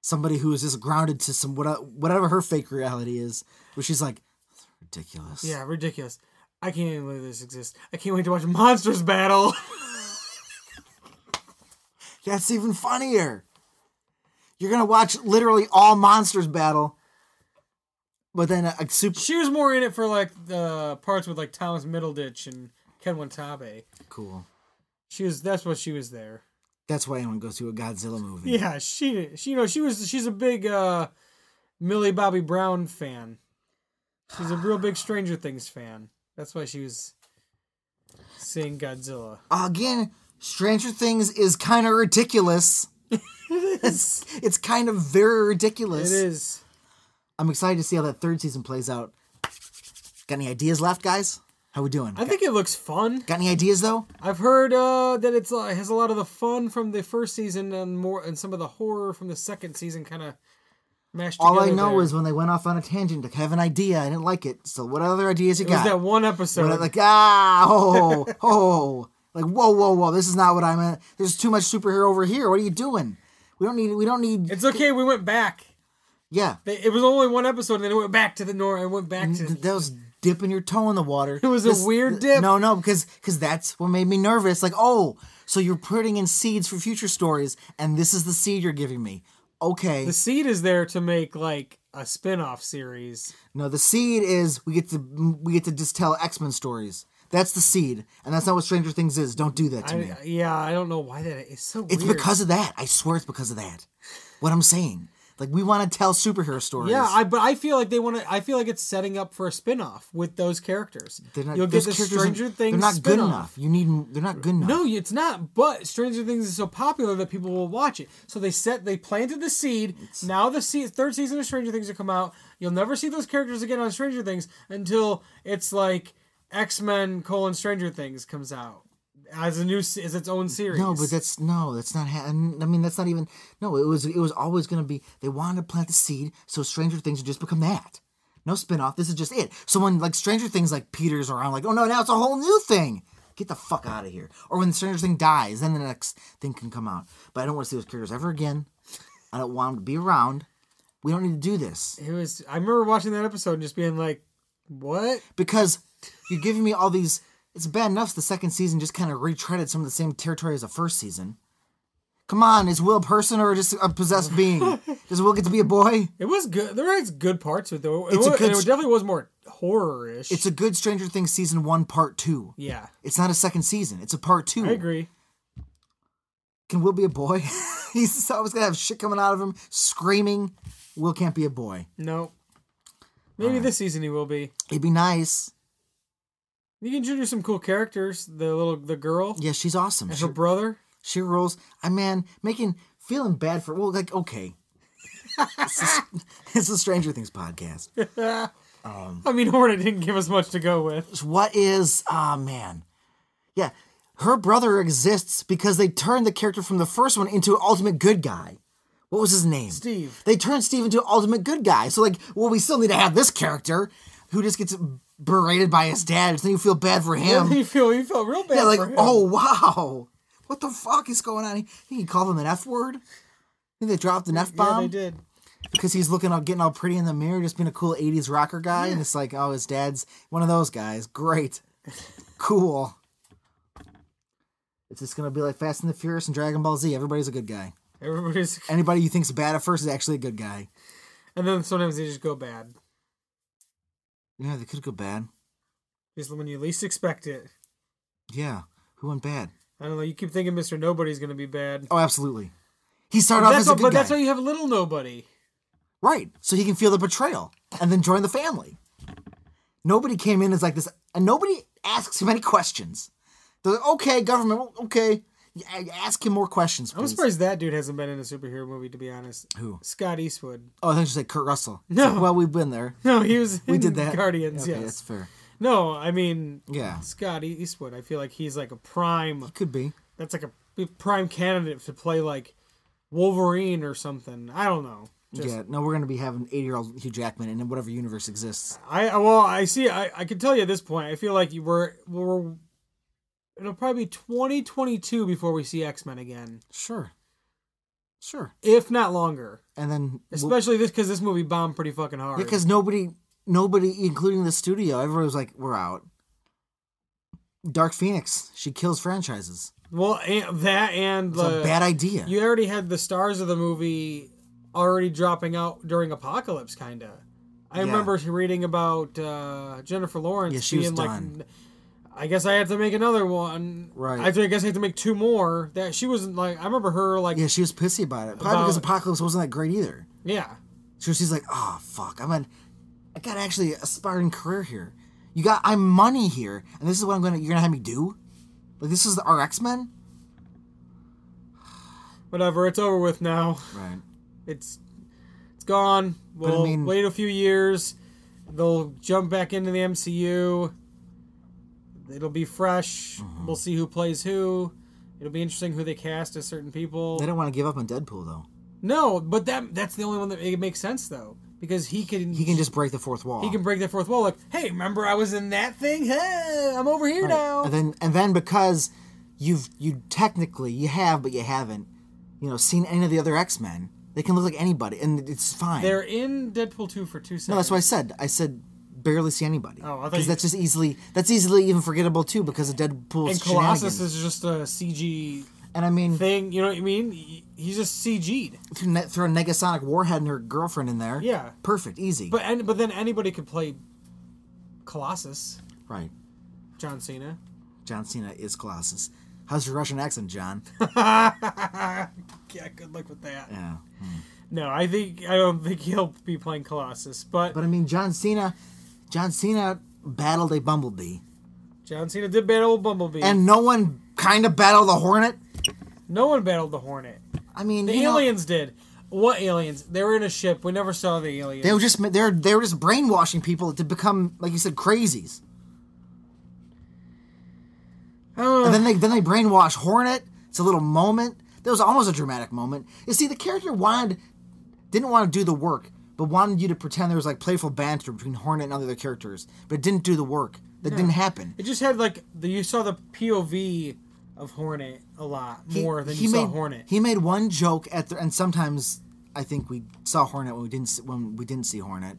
B: Somebody who is just grounded to some what- uh, whatever her fake reality is, where she's like, ridiculous.
A: Yeah, ridiculous. I can't even believe this exists. I can't wait to watch monsters battle.
B: That's even funnier. You're gonna watch literally all monsters battle, but then a, a super
A: she was more in it for like the parts with like Thomas Middleditch and Ken Watabe.
B: cool.
A: She was that's what she was there.
B: That's why anyone goes to a Godzilla movie.
A: Yeah, she she you know she was she's a big uh Millie Bobby Brown fan. She's a real big Stranger Things fan. That's why she was seeing Godzilla.
B: Again, Stranger Things is kind of ridiculous. it's, it's kind of very
A: It
B: ridiculous.
A: is.
B: I'm excited to see how that third season plays out. Got any ideas left, guys? How we doing?
A: I think it looks fun.
B: Got any ideas though?
A: I've heard uh, that it's uh, has a lot of the fun from the first season and more and some of the horror from the second season kind of mashed
B: All I
A: together
B: know
A: there.
B: is when they went off on a tangent, I have an idea. I didn't like it. So what other ideas you
A: it was
B: got?
A: that one
B: When
A: episode.
B: I- like ah oh oh like whoa whoa whoa this is not what I meant. There's too much superhero over here. What are you doing? We don't need we don't need
A: it's okay. We went back.
B: yeah.
A: They- It was only one episode, and then it went back to the norm and went back to.
B: That was dipping your toe in the water. It
A: was a weird dip.
B: No, no, because because that's what made me nervous. Like, oh, so you're putting in seeds for future stories, and this is the seed you're giving me. Okay.
A: The seed is there to make like a spin-off series.
B: No, the seed is we get to we get to just tell X Men stories. That's the seed, and that's not what Stranger Things is. Don't do that to me.
A: I, yeah, I don't know why that is so
B: It's
A: weird.
B: because of that. I swear it's because of that. What I'm saying, like we want to tell superhero stories.
A: yeah, I, but I feel like they want to. I feel like it's setting up for a spin-off with those characters.
B: they're not,
A: You'll get
B: those
A: the
B: characters aren't-
A: Stranger Things.
B: They're not good
A: spin-off.
B: enough. You need. They're not good enough.
A: No, it's not. But Stranger Things is so popular that people will watch it. So they set, they planted the seed. now the se- third season of Stranger Things will come out. You'll never see those characters again on Stranger Things until it's like X Men colon Stranger Things comes out as a new se- as its own series.
B: No, but that's no, that's not. Ha- I mean, that's not even. No, it was. It was always going to be. They wanted to plant the seed, so Stranger Things would just become that. No spin-off. This is just it. So when like Stranger Things, like Peter's around, like, oh no, now it's a whole new thing. Get the fuck out of here. Or when Stranger Thing dies, then the next thing can come out. But I don't want to see those characters ever again. I don't want them to be around. We don't need to do this
A: it was. I remember watching that episode and just being like, "What?"
B: because you're giving me all these. It's bad enough the second season just kind of retreaded some of the same territory as the first season. Come on, is Will a person or just a possessed being? Does Will get to be a boy?
A: It was good. There was good parts with it. though. It,
B: It's a
A: wa-
B: good
A: and it
B: s-
A: definitely was more horror-ish.
B: It's a good Stranger Things season one, part two.
A: yeah,
B: It's not a second season. It's a part two.
A: I agree.
B: Can Will be a boy? He's always gonna have shit coming out of him, screaming. Will can't be a boy.
A: No, maybe this season he will be.
B: It'd be nice.
A: You can introduce some cool characters. The little the girl,
B: Yeah, she's awesome.
A: and
B: She,
A: her brother.
B: She rolls. I man, making feeling bad for well, like okay. it's, a, it's a Stranger Things podcast.
A: I mean, Hornet didn't give us much to go with.
B: What is ah man? Yeah, her brother exists because they turned the character from the first one into an ultimate good guy. What was his name?
A: Steve.
B: They turned Steve into an ultimate good guy. So like, well, we still need to have this character who just gets berated by his dad. So you feel bad for him.
A: He feel he felt real bad.
B: Yeah, like,
A: for him.
B: oh wow, what the fuck is going on? I think he called him an F word. I think they dropped an F
A: yeah,
B: bomb
A: they did.
B: because he's looking all getting all pretty in the mirror, just being a cool '80s rocker guy, and it's like, oh, his dad's one of those guys. Great, cool. It's just gonna be like Fast and the Furious and Dragon Ball Z. Everybody's a good guy.
A: Everybody's,
B: Anybody you think's bad at first is actually a good guy.
A: and then sometimes they just go bad,
B: Yeah, they could go bad.
A: just when you least expect it.
B: Yeah, who went bad?
A: I don't know. You keep thinking Mister Nobody's gonna be bad.
B: Oh, absolutely. He started off
A: That's
B: as a
A: what,
B: good
A: but
B: guy,
A: that's why you have little nobody.
B: right? So he can feel the betrayal and then join the family. Nobody came in as like this, and nobody asks him any questions. They're like, okay, government, well, okay. Yeah, Ask him more questions,
A: I'm
B: please.
A: surprised that dude hasn't been in a superhero movie, to be honest.
B: Who?
A: Scott Eastwood.
B: Oh, I think you said Kurt Russell. It's
A: No.
B: like, well, we've been there.
A: No, he was.
B: We
A: in
B: did that.
A: Guardians.
B: Okay,
A: yes.
B: that's fair.
A: No, I mean
B: Yeah,
A: Scott Eastwood. I feel like he's like a prime.
B: could be.
A: That's like a prime candidate to play like Wolverine or something. I don't know. Just,
B: yeah, no, we're gonna be having eighty-year-old Hugh Jackman in whatever universe exists.
A: I I- well, I see. I I can tell you at this point. I feel like you were we're. It'll probably be 2022 before we see X Men again,
B: Sure, sure.
A: if not longer.
B: And then, well,
A: Especially this because this movie bombed pretty fucking hard.
B: because nobody, nobody, including the studio, everybody was like, "We're out." Dark Phoenix, she kills franchises.
A: well, and, that and
B: It's
A: the
B: a bad idea.
A: you already had the stars of the movie already dropping out during apocalypse kinda i
B: Yeah.
A: remember reading about uh, jennifer lawrence
B: Yeah, she was
A: being like
B: done.
A: i guess i have to make another one
B: Right.
A: i think i guess i have to make two more that she wasn't like i remember her like
B: yeah,
A: yeah,
B: she was pissy about it. Probably
A: About-
B: because Apocalypse wasn't that great either. So she's like, oh fuck, I'm an, I got actually aspiring career here. You got, I'm money here, and this is what I'm gonna, you're gonna have me do. Like this is our X Men.
A: whatever it's over with now
B: Right.
A: it's it's gone
B: I
A: we'll
B: mean-
A: wait a few years they'll jump back into the mcu it'll be fresh
B: Uh-huh.
A: we'll see who plays who it'll be interesting who they cast as certain people
B: They don't want to give up on Deadpool though.
A: No, but that that's the only one that it makes sense though, because he can
B: He can just break the fourth wall.
A: he can break that fourth wall. Like, hey, remember I was in that thing? Hey, I'm over here now.
B: And then and then because you've you technically you have but you haven't, you know, seen any of the other X Men. They can look like anybody, and it's fine.
A: They're in Deadpool two for two seconds.
B: No, that's what I said. I said barely see anybody.
A: Oh, I thought
B: because
A: you-
B: that's just easily that's easily even forgettable too because of Deadpool's
A: and Colossus
B: shenanigans.
A: is just a CG
B: and I mean,
A: thing. You know what I mean? He- He's just CG'd.
B: throw ne- throw a Negasonic Warhead and her girlfriend in there.
A: Yeah.
B: Perfect, easy.
A: But and but then anybody could play Colossus,
B: right.
A: John Cena.
B: John Cena is Colossus. How's your Russian accent, John?
A: Yeah, good luck with that.
B: yeah.
A: No, I think I don't think he'll be playing Colossus, but,
B: But I mean, John Cena, John Cena battled a bumblebee,
A: John Cena did battle Bumblebee,
B: and no one kind of battled the Hornet.
A: no one battled the Hornet.
B: I mean,
A: The
B: you know,
A: aliens did. What aliens? They were in a ship. We never saw the aliens.
B: they were just they're they were just brainwashing people to become like you said crazies.
A: Oh.
B: And then they then they brainwash Hornet. It's a little moment. There was almost a dramatic moment. You see, the character wanted didn't want to do the work, but wanted you to pretend there was like playful banter between Hornet and other characters, but it didn't do the work. That didn't happen.
A: it just had like the you saw the POV of Hornet a lot more than you
B: made,
A: saw Hornet.
B: He made one joke at the, and sometimes I think we saw Hornet when we didn't see, when we didn't see Hornet.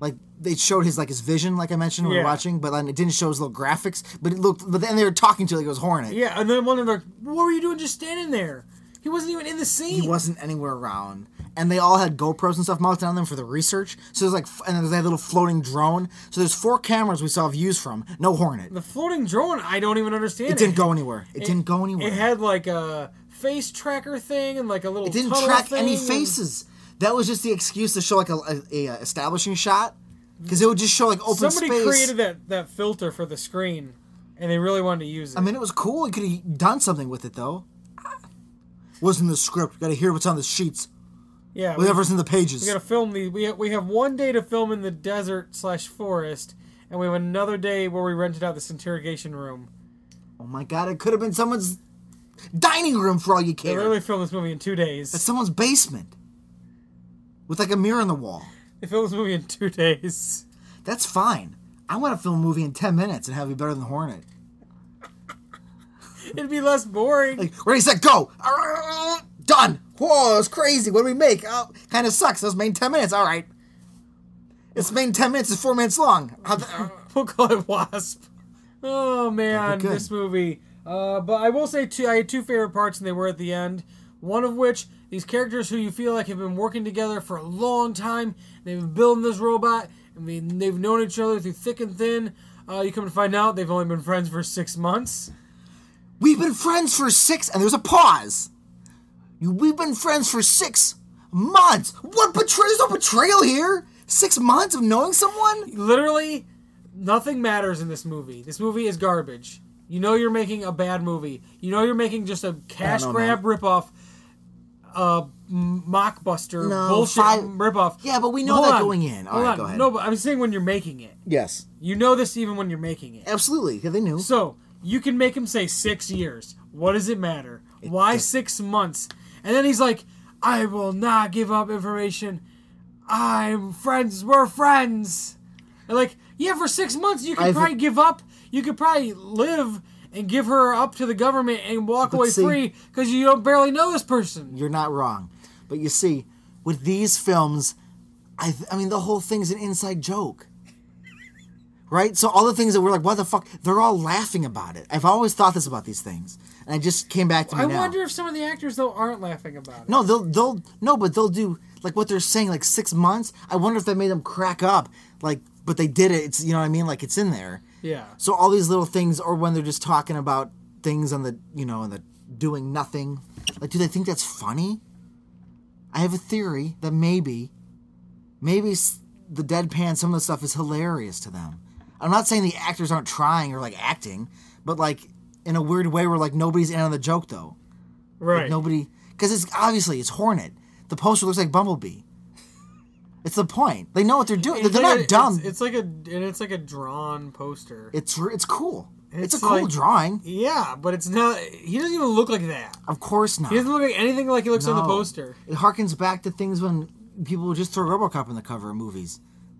B: Like they showed his like his vision, like I mentioned when we
A: Yeah.
B: were watching, but then it didn't show his little graphics. But it looked, but then they were talking to it like it was Hornet.
A: yeah, and then one of them, what were you doing just standing there? He wasn't even in the scene.
B: he wasn't anywhere around. And they all had GoPros and stuff mounted on them for the research. So there's like, f- and there's that little floating drone. So there's four cameras we saw views from. No Hornet.
A: the floating drone. I don't even understand.
B: It didn't go anywhere. It, didn't go anywhere.
A: It
B: It,
A: had like a face tracker thing and like a little. It
B: didn't track any faces. That was just the excuse to show like a, a, a establishing shot, because it would just show like open
A: Somebody
B: space.
A: created that that filter for the screen, and they really wanted to use it.
B: I mean, it was cool. You could have done something with it though. I- What's in the script? Got to hear what's on the sheets.
A: Yeah, we,
B: Whatever's in the pages.
A: we gotta film the. We we have one day to film in the desert slash forest, and we have another day where we rented out this interrogation room.
B: oh my god! It could have been someone's dining room for all you
A: They
B: care.
A: literally filmed this movie in two
B: It's
A: days.
B: someone's basement with like a mirror on the wall.
A: They filmed this movie in two days.
B: That's fine. I want to film a movie in ten minutes and have it be better than Hornet.
A: It'd be less boring.
B: Like, ready, set, go. Arrgh, Done. Whoa, it's crazy. What do we make? Oh, kind of sucks. That was made in 10 minutes. All right. It's made in 10 minutes. It's four minutes long. How the- uh,
A: We'll call it Wasp. Oh man,
B: good.
A: this movie. Uh, but I will say two. I had two favorite parts, and they were at the end. One of which these characters who you feel like have been working together for a long time. They've been building this robot. I mean, they've known each other through thick and thin. Uh, you come to find out they've only been friends for six months.
B: We've been friends for six, and there's a pause. You- We've been friends for six months. What betrayal? There's no betrayal here. Six months of knowing someone?
A: Literally, nothing matters in this movie. This movie is garbage. You know you're making a bad movie. You know you're making just a cash
B: no, no.
A: grab ripoff, uh, m- mockbuster
B: No,
A: bullshit
B: fi-
A: ripoff.
B: Yeah, but we know
A: Hold
B: that
A: on.
B: going in. All
A: Hold
B: right,
A: on.
B: go ahead.
A: No, but I'm saying when you're making it,
B: Yes.
A: you know this even when you're making it.
B: Absolutely. Yeah, they knew.
A: So you can make him say six years. What does it matter? Why six months? And then he's like, "I will not give up information. I'm friends. We're friends." And like, yeah, for six months you could
B: I've-
A: probably give up. You could probably live and give her up to the government and walk away
B: see-
A: free because you don't barely know this person.
B: You're not wrong. But you see, with these films, I, th- I mean, the whole thing's an inside joke. Right? So all the things that we're like, why the fuck? They're all laughing about it. I've always thought this about these things. And I just came back to me
A: I
B: now.
A: wonder if some of the actors though aren't laughing about it.
B: No, they'll they'll no, but they'll do like what they're saying, like six months. I wonder if that made them crack up. Like, but they did it. It's you know what I mean. Like it's in there.
A: Yeah.
B: So all these little things, or when they're just talking about things on the you know on the doing nothing. Like, do they think that's funny? I have a theory that maybe, maybe s- the deadpan, some of the stuff is hilarious to them. I'm not saying the actors aren't trying or like acting, but like in a weird way, we're like nobody's in on the joke though.
A: Right.
B: Nobody, because it's obviously it's Hornet. The poster looks like Bumblebee. It's the point. They know what they're doing.
A: It's
B: they're
A: like
B: not
A: a-
B: dumb.
A: It's, it's like a and it's like a drawn poster.
B: It's r- it's cool. It's,
A: It's
B: a cool
A: like-
B: drawing.
A: Yeah, but it's not. He doesn't even look like that.
B: Of course not.
A: He doesn't look like anything like he looks on the
B: No.
A: poster.
B: It harkens back to things when people would just throw RoboCop on the cover of movies,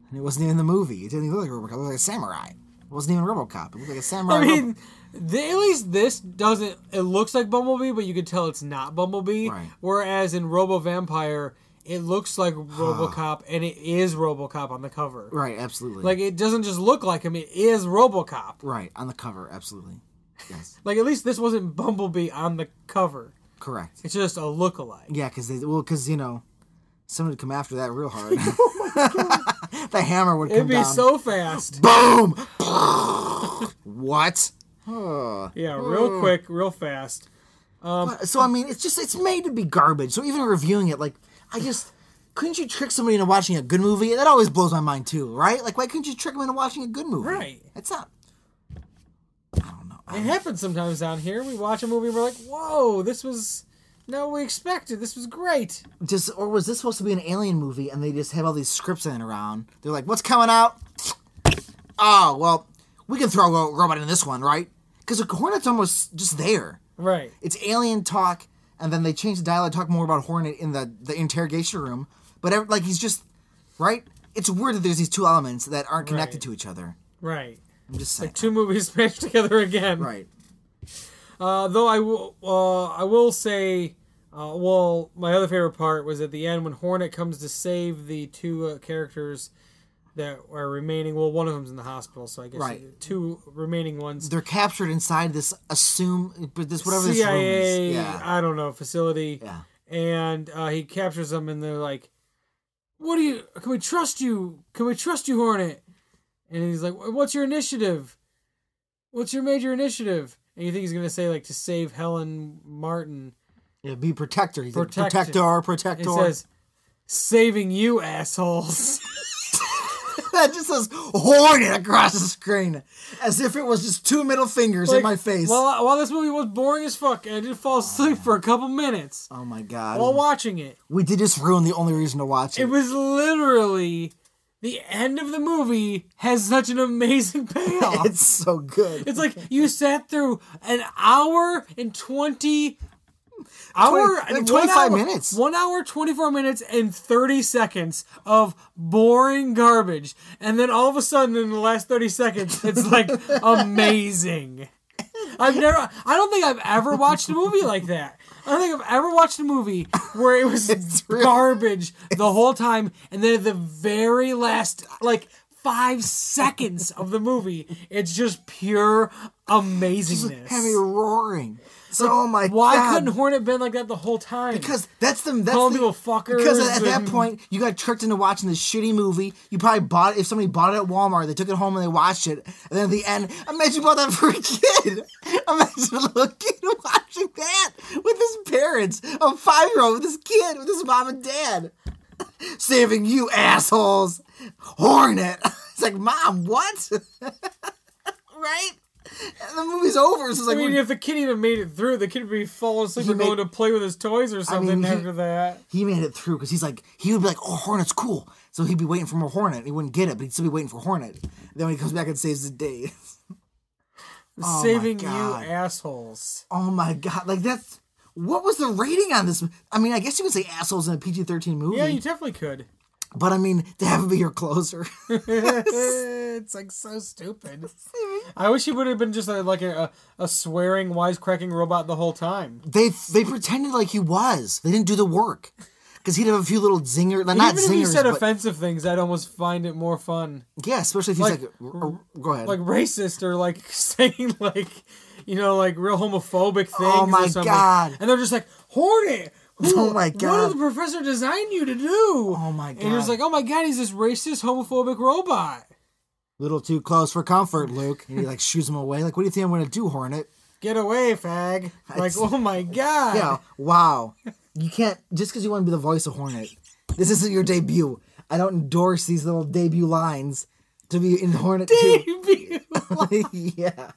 B: and it wasn't even the movie. It didn't even look like RoboCop. It looked like a samurai. It wasn't even RoboCop. It looked like a samurai.
A: I
B: Robo-
A: mean, the, at least this doesn't. It looks like Bumblebee, but you can tell it's not Bumblebee.
B: Right.
A: Whereas in Robo Vampire, it looks like RoboCop, and it is RoboCop on the cover.
B: right? Absolutely.
A: Like it doesn't just look like him; it is RoboCop.
B: right on the cover. Absolutely. Yes.
A: Like at least this wasn't Bumblebee on the cover.
B: Correct.
A: It's just a lookalike.
B: Yeah, because they well, because you know, someone would come after that real hard. the hammer would come
A: Oh It'd be
B: down.
A: so fast.
B: Boom! what? Huh.
A: Yeah, real quick, real fast.
B: But- Uh, so I mean, it's just it's made to be garbage. So even reviewing it, like I just couldn't you trick somebody into watching a good movie? That always blows my mind too, right? Like why couldn't you trick them into watching a good movie?
A: Right.
B: It's not. I don't know. I
A: It happens sometimes down here. We watch a movie and we're like, whoa, this was not what we expected. This was great.
B: just or was this supposed to be an alien movie and they just have all these scripts in and around they're like what's coming out oh well we can throw a robot in this one right because the hornet's almost just there
A: Right.
B: it's alien talk and then they change the dialogue talk more about hornet in the, the interrogation room but ev like he's just right it's weird that there's these two elements that aren't connected
A: Right.
B: to each other
A: Right.
B: i'm just saying
A: Two movies smashed together again.
B: right
A: Uh, though I will, uh, I will say, uh, well, my other favorite part was at the end when Hornet comes to save the two uh, characters that are remaining. Well, one of them's in the hospital, so I guess
B: Right.
A: two remaining ones.
B: they're captured inside this assume but this whatever this room
A: CIA,
B: is yeah
A: I uh, don't know, facility.
B: Yeah.
A: And uh, he captures them, and they're like, "What do you? Can we trust you? Can we trust you, Hornet?" And he's like, "Wh- "What's your initiative? What's your major initiative?" And you think he's gonna say like to save Helen Martin?
B: yeah be protector he's
A: Protector.
B: like, protector
A: It
B: protector
A: says, "Saving you, assholes."
B: that just says horny across the screen, as if it was just two middle fingers in my face.
A: Well, while this movie was boring as fuck, and I did fall asleep for a couple minutes
B: oh my god,
A: while watching it.
B: we did just ruin the only reason to watch it.
A: It was literally the end of the movie has such an amazing payoff.
B: it's so good.
A: It's like you sat through an hour and twenty hour
B: like
A: and
B: 25
A: hour-
B: minutes.
A: One hour, twenty-four minutes and thirty seconds of boring garbage. And then all of a sudden in the last thirty seconds, it's like amazing. I've never I don't think I've ever watched a movie like that. I don't think I've ever watched a movie where it was
B: really-
A: garbage the whole time and then at the very last like five seconds of the movie it's just pure amazingness
B: Had me roaring. So oh my
A: why
B: god.
A: couldn't hornet been like that the whole time
B: because that's the that's
A: Calling
B: the,
A: people fuckers
B: Because at, at that
A: and-
B: point you got tricked into watching this shitty movie. You probably bought it if somebody bought it at Walmart. They took it home and they watched it. And then at the end, imagine you bought that for a kid. Imagine a little kid watching that with his parents, a five year old with his kid with his mom and dad, saving you assholes, Hornet. It's like mom, what? right? And the movie's over. So it's
A: I
B: like
A: mean,
B: we're-
A: if the kid even made it through, the kid would be falling asleep
B: He
A: or
B: made-
A: going to play with his toys or something
B: he-
A: after that.
B: he made it through because he's like he would be like, "Oh, Hornet's cool," so he'd be waiting for more Hornet. He wouldn't get it, but he'd still be waiting for Hornet. Then when he comes back and saves the day, Oh my
A: Saving you
B: God.
A: assholes.
B: oh my god! Like that's what was the rating on this? I mean, I guess you could say assholes in a PG thirteen movie,
A: Yeah, you definitely could.
B: but I mean to have it be your closer.
A: it's like so stupid. I wish he would have been just like, like a, a swearing, wisecracking robot the whole time.
B: they they pretended like he was. They didn't do the work because he'd have a few little zinger, like, not
A: even if he
B: zingers,
A: said
B: but
A: offensive things, I'd almost find it more fun.
B: yeah, especially if he's like,
A: like-
B: r- r- go ahead.
A: Like racist or like saying like, you know, like real homophobic things.
B: Oh my
A: or something.
B: God.
A: And they're just like, Hornet. who-
B: Oh my
A: What
B: God.
A: did the professor design you to do?
B: Oh my
A: And it
B: God.
A: was like, oh my god, he's this racist, homophobic robot.
B: little too close for comfort, Luke. And he like shoos him away. Like, what do you think I'm gonna do, Hornet?
A: Get away, fag. Like, oh my god.
B: Yeah. Wow. You can't just because you want to be the voice of Hornet. This isn't your debut. I don't endorse these little debut lines to be in Hornet too. yeah.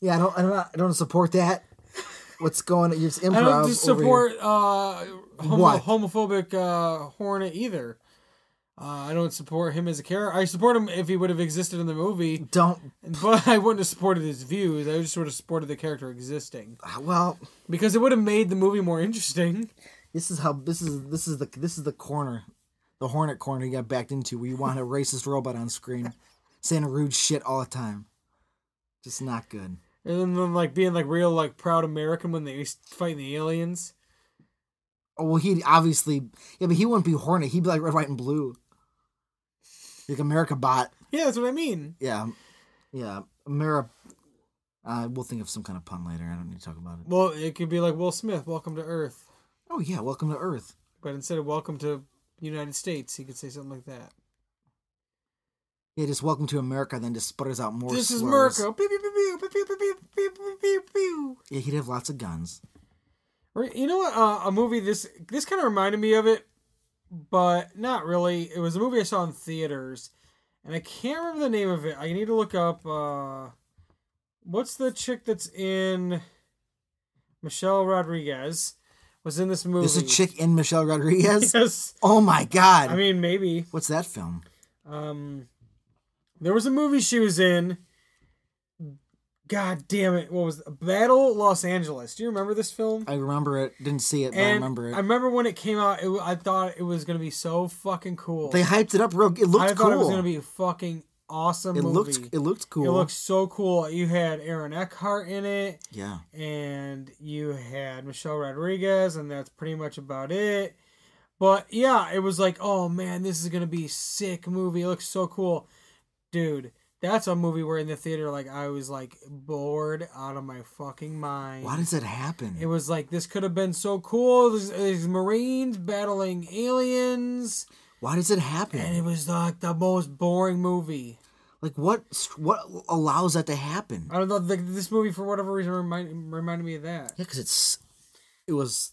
B: Yeah. I don't. I don't. I don't support that. What's going? on? You're just improv.
A: I don't just
B: over here.
A: support uh, homo-
B: What?
A: homophobic uh, Hornet either. Uh, I don't support him as a character. I support him if he would have existed in the movie,
B: Don't.
A: but I wouldn't have supported his views. I just would have supported the character existing
B: Well,
A: because it would have made the movie more interesting.
B: this is how. This is. This is the. This is the corner. The Hornet corner you got backed into, where you want a racist robot on screen, saying rude shit all the time. Just not good.
A: And then, then, like being like real like proud American when they fighting the aliens.
B: Oh well, he'd obviously yeah, but he wouldn't be Hornet. He'd be like red, white, and blue, like America Bot.
A: Yeah, that's what I mean.
B: Yeah, um, yeah, Ameri. Uh, we'll think of some kind of pun later. I don't need to talk about it.
A: Well, it could be like Will Smith, "Welcome to Earth,"
B: Oh yeah, welcome to Earth.
A: but instead of "Welcome to United States," he could say something like that.
B: Yeah, just welcome to America. Then just sputters out more.
A: This is
B: slurs.
A: Mirko. Pew, pew, pew, pew, pew, pew, pew, pew, pew, pew, pew.
B: Yeah, he'd have lots of guns.
A: Or- You know what? Uh, a movie this this kind of reminded me of it, but not really. It was a movie I saw in theaters, and I can't remember the name of it. I need to look up. Uh, what's the chick that's in? Michelle Rodriguez was in this movie.
B: There's a chick in Michelle Rodriguez.
A: Yes.
B: Oh my god.
A: I mean, maybe.
B: What's that film?
A: Um, there was a movie she was in. God damn it! What was Battle Los Angeles? Do you remember this film?
B: I remember it. Didn't see it, but I
A: and
B: remember it.
A: when it came out. It, wa- I thought it was gonna be so fucking cool.
B: they hyped it up real. It
A: I
B: looked
A: thought
B: cool.
A: it was gonna be a fucking awesome.
B: it
A: movie.
B: looked. It looked cool.
A: It looked so cool. You had Aaron Eckhart in it,
B: Yeah.
A: and you had Michelle Rodriguez, and that's pretty much about it. But yeah, it was like, oh man, this is gonna be a sick movie. It looks so cool, dude. That's a movie where in the theater, like I was like bored out of my fucking mind.
B: Why does that happen?
A: It was like this could have been so cool. These, these Marines battling aliens,
B: Why does it happen?
A: and it was like the most boring movie.
B: Like what? What allows that to happen?
A: I don't know. Like, this movie, for whatever reason, remind, reminded me of that.
B: Yeah, because it's it was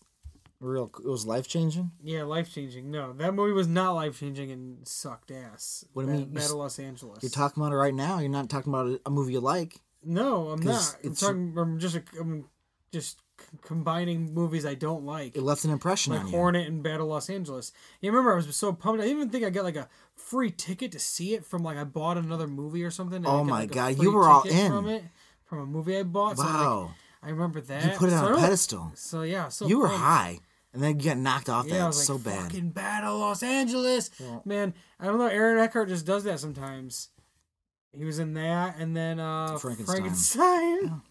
B: Real, it was life changing.
A: Yeah, life changing. No, that movie was not life changing and sucked ass.
B: What do you
A: Ba-
B: mean? You
A: Battle
B: s-
A: Los Angeles.
B: You're talking about it right now. You're not talking about a- a movie you like.
A: no, I'm
B: 'Cause
A: not. I'm
B: it's-
A: talking. I'm just. I'm just c- combining movies I don't like.
B: It left an impression
A: like
B: on you.
A: Hornet and Battle Los Angeles. You remember I was so pumped. I didn't even think I got like a free ticket to see it from like I bought another movie or something. and I
B: Oh
A: got,
B: my
A: like, a
B: God,
A: free
B: you were all
A: ticket
B: in.
A: from it from a movie I bought. So like,
B: Wow,
A: I remember that.
B: you put it
A: So I
B: on a
A: don't-
B: pedestal.
A: So yeah, so
B: You were
A: pumped.
B: high, and then you got knocked off
A: Yeah, I
B: that
A: was like,
B: so bad.
A: fucking Battle Los Angeles, man. I don't know. Aaron Eckhart just does that sometimes. He was in that, and then uh,
B: Frankenstein.
A: Frankenstein.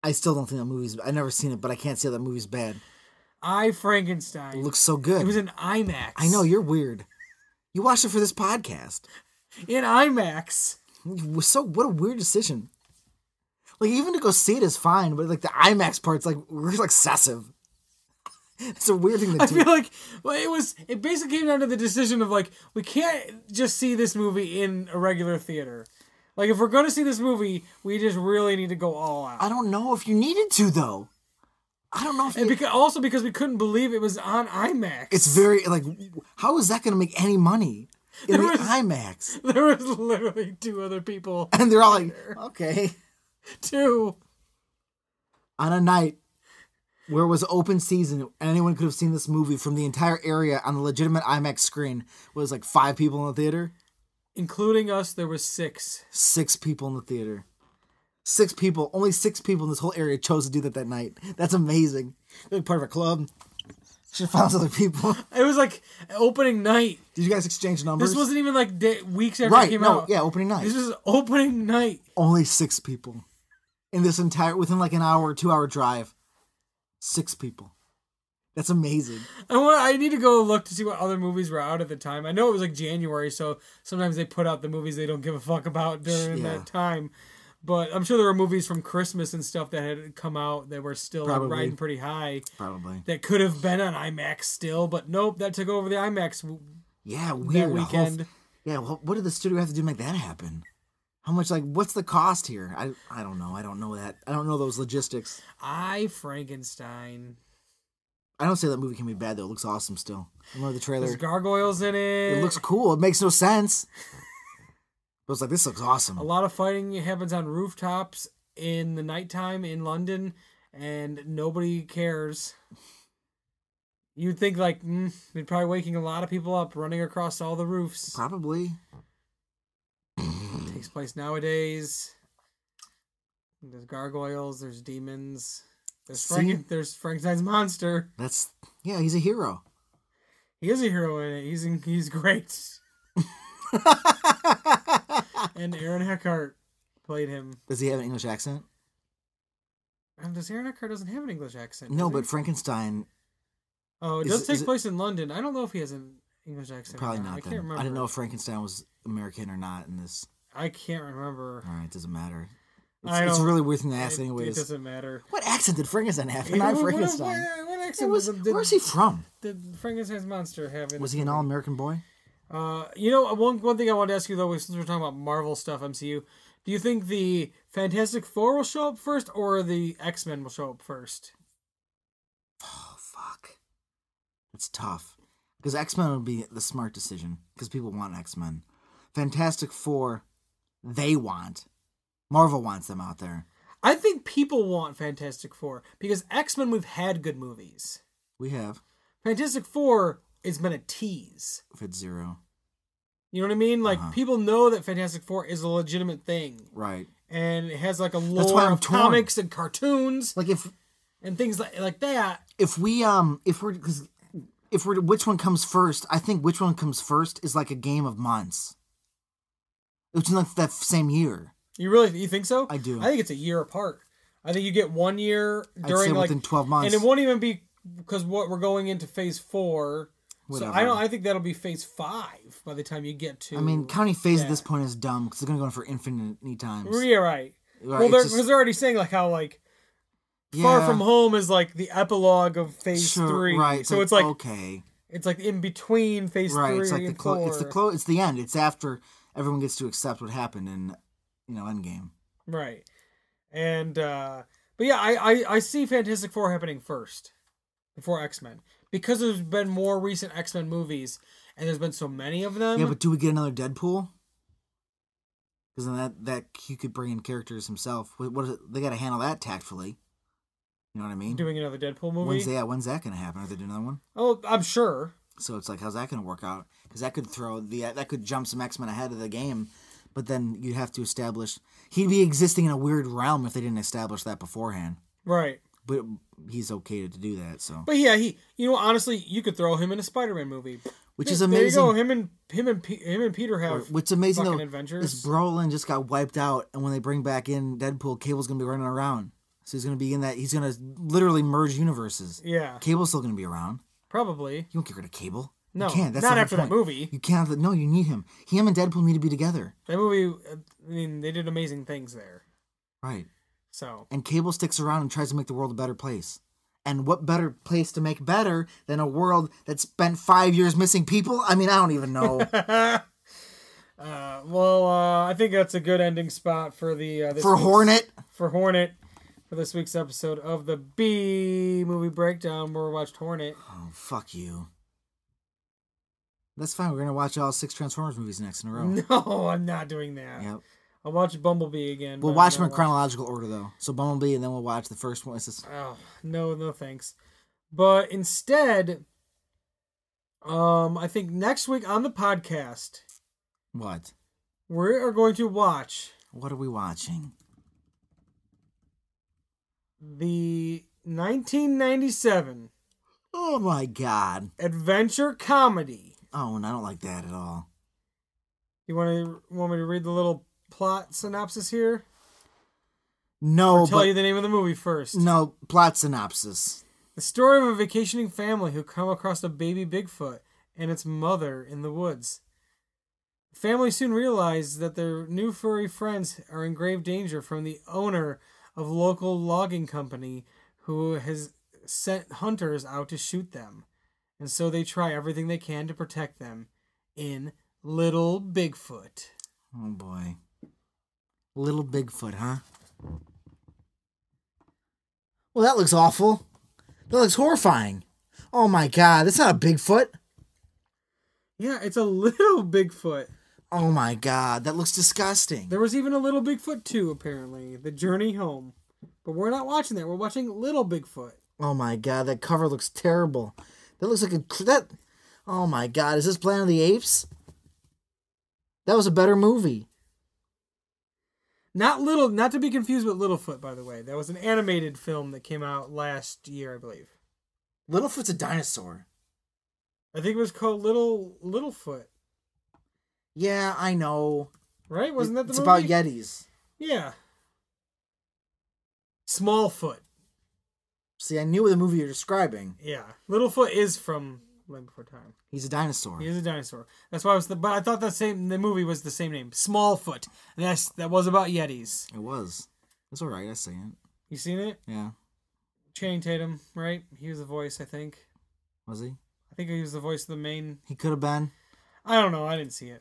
B: I still don't think that movie's. I never seen it, but I can't say that movie's bad.
A: I
B: It
A: Frankenstein.
B: looks so good.
A: It was in IMAX.
B: I know you're weird. You watched it for this podcast.
A: in IMAX.
B: It was So what a weird decision. Like even to go see it is fine, but like the IMAX part's like real excessive. It's a weird thing to
A: I
B: do.
A: feel like well, it was. It basically came down to the decision of like we can't just see this movie in a regular theater. Like if we're going to see this movie, we just really need to go all out.
B: I don't know if you needed to though. I don't know if
A: and
B: you,
A: because, also because we couldn't believe it was on IMAX.
B: it's very like how is that going to make any money in the
A: There was-
B: IMAX?
A: there was literally two other people
B: And they're all like, okay,
A: too.
B: on a night where it was open season, anyone could have seen this movie from the entire area on the legitimate IMAX screen. Was like five people in the theater.
A: including us there was six
B: six people in the theater. Six people, only six people in this whole area chose to do that that night. That's amazing. They're part of a club. Should find other people.
A: it was like opening night
B: Did you guys exchange numbers?
A: this wasn't even like day, weeks after it
B: right.
A: came
B: No,
A: out
B: yeah, opening night.
A: this was opening night
B: only six people in this entire within like an hour or two hour drive. Six people. That's amazing.
A: i want i need to go look to see what other movies were out at the time i know it was like january so sometimes they put out the movies they don't give a fuck about during
B: Yeah.
A: that time but i'm sure there were movies from christmas and stuff that had come out that were still like,
B: Probably.
A: riding pretty high
B: Probably.
A: that could have been on imax still but nope that took over the imax w-
B: Yeah, weird. A whole f-
A: weekend.
B: yeah, well, what did the studio have to do to make that happen? How much? Like, what's the cost here? I I don't know. I don't know that. I don't know those logistics.
A: i frankenstein
B: I don't say that movie can be bad though. It looks awesome still. I remember the trailer.
A: there's gargoyles in it
B: It looks cool. It makes no sense. But it's like this looks
A: A
B: awesome.
A: lot of fighting happens on rooftops in the nighttime in London, and nobody cares. You'd think like mm, they're probably waking a lot of people up, running across all the roofs.
B: Probably.
A: takes place nowadays. There's gargoyles. There's demons. There's
B: See?
A: Franken- There's Frankenstein's monster.
B: That's yeah. He's a hero.
A: He is a hero in it. He's in, he's great. and Aaron Eckhart played him.
B: Does he have an English accent?
A: Um, does Aaron Eckhart doesn't have an English accent?
B: No,
A: does he?
B: but Frankenstein
A: Oh, it
B: Is
A: does
B: it-
A: take
B: is it-
A: place in London. I don't know if he has an English accent. or
B: probably
A: I
B: not.
A: can't
B: Then
A: remember.
B: I didn't know if Frankenstein was American or not. In this,
A: I can't remember.
B: all right, doesn't matter. It's,
A: I
B: it's a
A: don't-
B: really weird thing to
A: It-
B: ask,
A: it,
B: anyways.
A: doesn't matter.
B: What accent did Frankenstein have?
A: What- what-
B: Not
A: what-
B: Frankenstein.
A: What, what
B: It
A: accent was,
B: was,
A: did, did,
B: where is he from?
A: did Frankenstein's monster have? In
B: Was
A: it?
B: he an all-American boy?
A: Uh, you know, one one thing I wanted to ask you though, since we're talking about Marvel stuff, MCU, do you think the Fantastic Four will show up first, or the X Men will show up first?
B: Oh fuck, it's tough because X Men would be the smart decision because people want X Men. Fantastic Four, they want. Marvel wants them out there.
A: I think people want Fantastic Four because X Men we've had good movies.
B: We have
A: Fantastic Four has been a tease.
B: if it's zero,
A: You know what I mean? Like
B: Uh-huh.
A: people know that Fantastic Four is a legitimate thing,
B: right?
A: and it has like a lore
B: why I'm
A: of
B: torn.
A: comics and cartoons
B: Like if
A: and things like like that.
B: if we um if we're because if we're which one comes first, I think which one comes first is like a game of months. It's not that same year.
A: You really you think so?
B: I do.
A: I think it's a year apart. I think you get one year
B: I'd
A: during
B: say
A: like,
B: within twelve months.
A: and it won't even be because what we're going into phase four.
B: Whatever.
A: So I don't. I think that'll be phase five by the time you get to.
B: I mean, counting phase at
A: Yeah.
B: this point is dumb because they're gonna go in for infinite times.
A: Well, yeah, right.
B: Right,
A: well,
B: it's
A: they're,
B: just-
A: 'cause they're already saying like how like Far
B: Yeah.
A: From Home is like the epilogue of phase
B: Sure,
A: three.
B: Right.
A: So it's like
B: okay,
A: it's like in between phase
B: right?
A: three
B: It's like
A: and
B: the clo- it's the
A: four.
B: close. It's the end. It's after everyone gets to accept what happened in, you know, Endgame.
A: Right. And uh But yeah, I, I, I see Fantastic Four happening first before X Men because there's been more recent X Men movies and there's been so many of them.
B: Yeah, but do we get another Deadpool? Because then that that he could bring in characters himself. What, what is it? they got to handle that tactfully. You know what I mean?
A: doing another Deadpool movie.
B: When's that? When's that going to happen? Are they doing another one?
A: Oh, I'm sure.
B: So it's like, how's that going to work out? Because that could throw the that could jump some X Men ahead of the game, but then you'd have to establish he'd be existing in a weird realm if they didn't establish that beforehand.
A: Right.
B: But he's okay to do that. So
A: But yeah, he you know honestly, you could throw him in a Spider-Man movie.
B: Which is
A: There you go.
B: amazing.
A: Him and him and P- him and Peter have
B: What's amazing
A: fucking
B: though
A: adventures.
B: is Brolin just got wiped out, and when they bring back in Deadpool, Cable's gonna be running around. So he's gonna be in that. He's gonna literally merge universes.
A: yeah,
B: Cable's still gonna be around.
A: probably.
B: You don't get rid of Cable.
A: No,
B: you can't. That's
A: not
B: the
A: after that
B: point.
A: movie.
B: You can't. No, you need him. Him and Deadpool need to be together.
A: That movie, uh, I mean, they did amazing things there.
B: Right.
A: So
B: And Cable sticks around and tries to make the world a better place. And what better place to make better than a world that spent five years missing people? I mean, I don't even know.
A: Uh, well, uh, I think that's a good ending spot for the uh, this
B: For
A: week's-
B: Hornet,
A: for Hornet for this week's episode of the B movie breakdown where we watched Hornet.
B: oh fuck you. That's fine. We're gonna watch all six Transformers movies next in a row.
A: No, I'm not doing that.
B: Yep.
A: I'll watch Bumblebee again.
B: We'll
A: but uh,
B: watch
A: I'm
B: them
A: not
B: in
A: watching-
B: chronological order though. So Bumblebee, and then we'll watch the first one. It's just
A: Oh no, no thanks. But instead, um, I think next week on the podcast
B: what?
A: we are going to watch
B: What are we watching?
A: the 1997
B: Oh my god!
A: adventure comedy.
B: Oh, and I don't like that at all.
A: You want to want me to read the little plot synopsis here?
B: No,
A: Tell
B: but
A: you the name of the movie first.
B: no plot synopsis.
A: The story of a vacationing family who come across a baby Bigfoot and its mother in the woods. The family soon realize that their new furry friends are in grave danger from the owner of local logging company who has sent hunters out to shoot them. And so they try everything they can to protect them in Little Bigfoot.
B: Oh boy, little Bigfoot, huh? Well, that looks awful. That looks horrifying. Oh my god, that's not a Bigfoot.
A: Yeah, it's a little Bigfoot.
B: Oh my god, that looks disgusting.
A: There was even a Little Bigfoot 2, apparently. The Journey Home. But we're not watching that. We're watching Little Bigfoot.
B: Oh my god, that cover looks terrible. That looks like a that. Oh my god, is this Planet of the Apes? That was a better movie.
A: Not little, not to be confused with Littlefoot, by the way. That was an animated film that came out last year, I believe.
B: Littlefoot's a dinosaur.
A: I think it was called Little Littlefoot,
B: Yeah, I know.
A: right? Wasn't that the
B: It's
A: movie?
B: about Yetis.
A: yeah. Smallfoot,
B: See, I knew the movie you're describing.
A: yeah. Littlefoot is from Land Before Time.
B: He's a dinosaur.
A: He is a dinosaur. That's why I was. The, but I thought that same the movie was the same name, Smallfoot. And that's that was about Yetis.
B: It was. It's all right. I see it.
A: You seen it?
B: Yeah.
A: Channing Tatum, right? He was the voice, I think.
B: Was he?
A: I think he was the voice of the main.
B: He could have been.
A: I don't know. I didn't see it.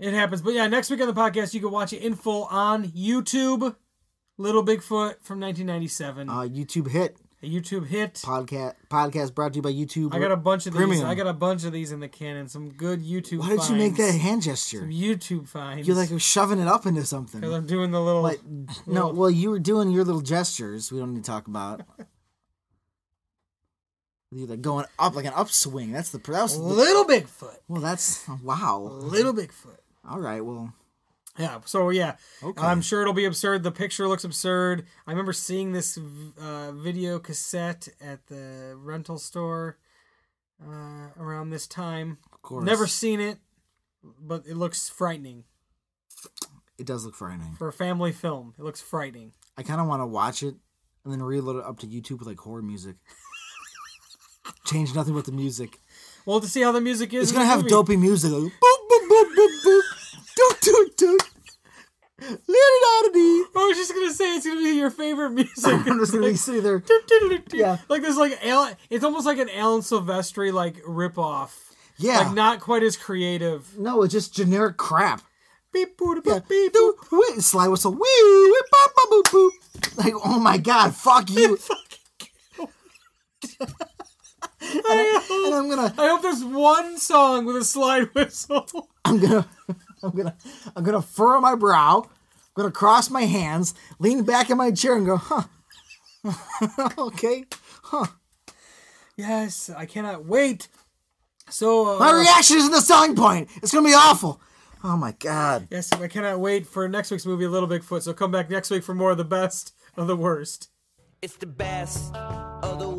A: It happens. But yeah, next week on the podcast, you can watch it in full on YouTube. Little Bigfoot from 1997.
B: Uh, YouTube hit
A: a YouTube hit.
B: podcast podcast brought to you by YouTube.
A: I got a bunch of these.
B: Premium.
A: I got a bunch of these in the canon. Some good YouTube
B: Why did you make that
A: finds.
B: hand gesture?
A: YouTube finds.
B: You're like shoving it up into something.
A: Because I'm doing the little.
B: But no,
A: Well-
B: well, you were doing your little gestures. We don't need to talk about. You're like going up like an upswing. That's the that was the,
A: Little Bigfoot.
B: well. That's wow.
A: Little Bigfoot.
B: All right. Well,
A: Yeah. So yeah,
B: Okay.
A: I'm sure it'll be absurd. The picture looks absurd. I remember seeing this v- uh, video cassette at the rental store uh, around this time.
B: of course.
A: Never seen it, but it looks frightening
B: It does look frightening.
A: for a family film. It looks frightening.
B: I kind of want to watch it and then reload it up to YouTube with like horror music. Change nothing but the music.
A: Well, to see how the music is,
B: It's
A: in
B: gonna
A: the
B: have
A: movie.
B: dopey music. Like, boop boop boop boop boop. Doot doot doot. Let it out of me.
A: Oh, I was just gonna say it's gonna be your favorite music.
B: I'm just gonna be sitting there.
A: yeah. Like this, like Alan. It's almost like an Alan Silvestri like ripoff.
B: Yeah.
A: Like not quite as creative.
B: no, it's just generic crap.
A: beep, boop,
B: Yeah.
A: boop, beep,
B: Do-
A: boop.
B: whi- Slide whistle. Wee, wee, bop, bop, boop, boop. Like, oh my god, fuck you. and I'm gonna,
A: I hope there's one song with a slide whistle.
B: I'm gonna, I'm gonna, I'm gonna furrow my brow. I'm gonna cross my hands, lean back in my chair, and go, huh? okay.
A: Yes, I cannot wait. So, uh,
B: My reaction isn't the selling point. It's gonna be awful. Oh my god.
A: yes, I cannot wait for next week's movie, Little Bigfoot. So come back next week for more of the best of the worst.
C: It's the best of the